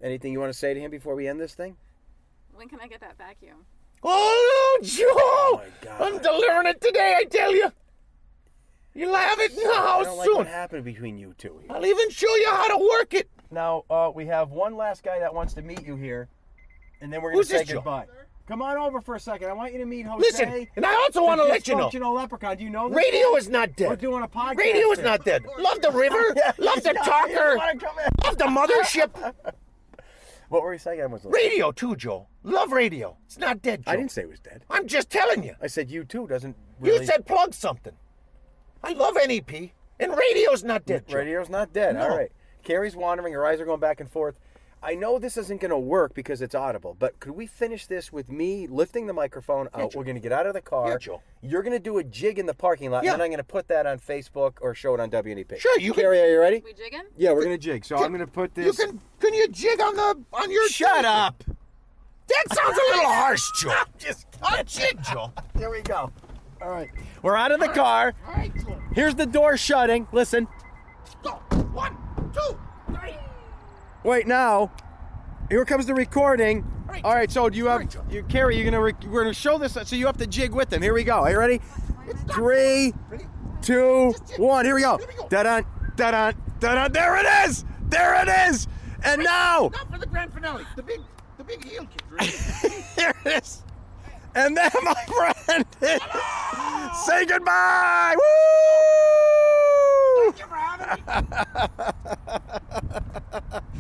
S2: anything you want to say to him before we end this thing?
S5: When can I get that vacuum?
S3: Oh, Joe!
S2: my God.
S3: I'm delivering it today, I tell you. You'll have it in the
S2: I
S3: house
S2: don't like
S3: Oh, soon.
S2: what happened between you two. here.
S3: I'll even show you how to work it.
S2: Now uh, we have one last guy that wants to meet you here, and then we're going
S3: Who's
S2: to say
S3: this, Joe?
S2: goodbye. Come on over for a second. I want you to meet Jose.
S3: Listen, and I also want to let you know,
S2: Dysfunctional leprechaun. Do you know this?
S3: radio is not
S2: We're
S3: dead.
S2: doing a podcast.
S3: Radio is
S2: here.
S3: not dead. Love the river.
S2: Yeah,
S3: Love the
S2: yeah, you
S3: talker.
S2: wanna come in.
S3: Love the mothership.
S2: What were you saying? I was.
S3: Radio too, Joe. Love radio. It's not dead, Joe.
S2: I didn't say it was dead.
S3: I'm just telling you.
S2: I said you too doesn't. Really...
S3: You said plug something. I love NEP, and radio's not dead, Joe.
S2: Radio's not dead. All
S3: No.
S2: right. Carrie's wandering. Her eyes are going back and forth. I know this isn't going to work because it's audible, but could we finish this with me lifting the microphone out? We're going to get out of the car.
S3: Yeah, Joe.
S2: You're going to do a jig in the parking lot,
S3: Yeah.
S2: and then I'm going to put that on Facebook or show it on WNEP.
S3: Sure, you can-
S2: Carrie, are you ready?
S5: We jigging?
S2: Yeah, we're going to jig. So I'm going to put
S3: You
S2: this.
S3: can can you jig on the on your
S2: Shut up!
S3: That sounds a little harsh, Joe. Just a jig, Joe.
S2: There we go. All right. We're out of the car.
S3: All right, Joe.
S2: Here's the door shutting. Listen.
S3: Go. One, two, three.
S2: Wait now. Here comes the recording.
S3: Right.
S2: All right, so do you have
S3: Right, Joe.
S2: you Carrie, you're gonna re- we're gonna show this so you have to jig with them. Here we go. Are you ready? Three,
S3: Ready?
S2: two,
S3: Just jig.
S2: one. Here we go.
S3: Here we go.
S2: Da da da da da da. There it is. There it is. And now
S3: Not for the grand finale. The big, the big heel kick. Right?
S2: here it is. And then my friend, say goodbye. Woo!
S3: Thank you for having me.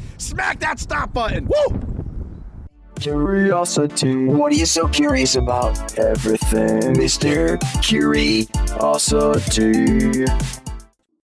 S2: Smack that stop button. Woo!
S1: Curiosity. What are you so curious about? Everything, Mr. Curiosity.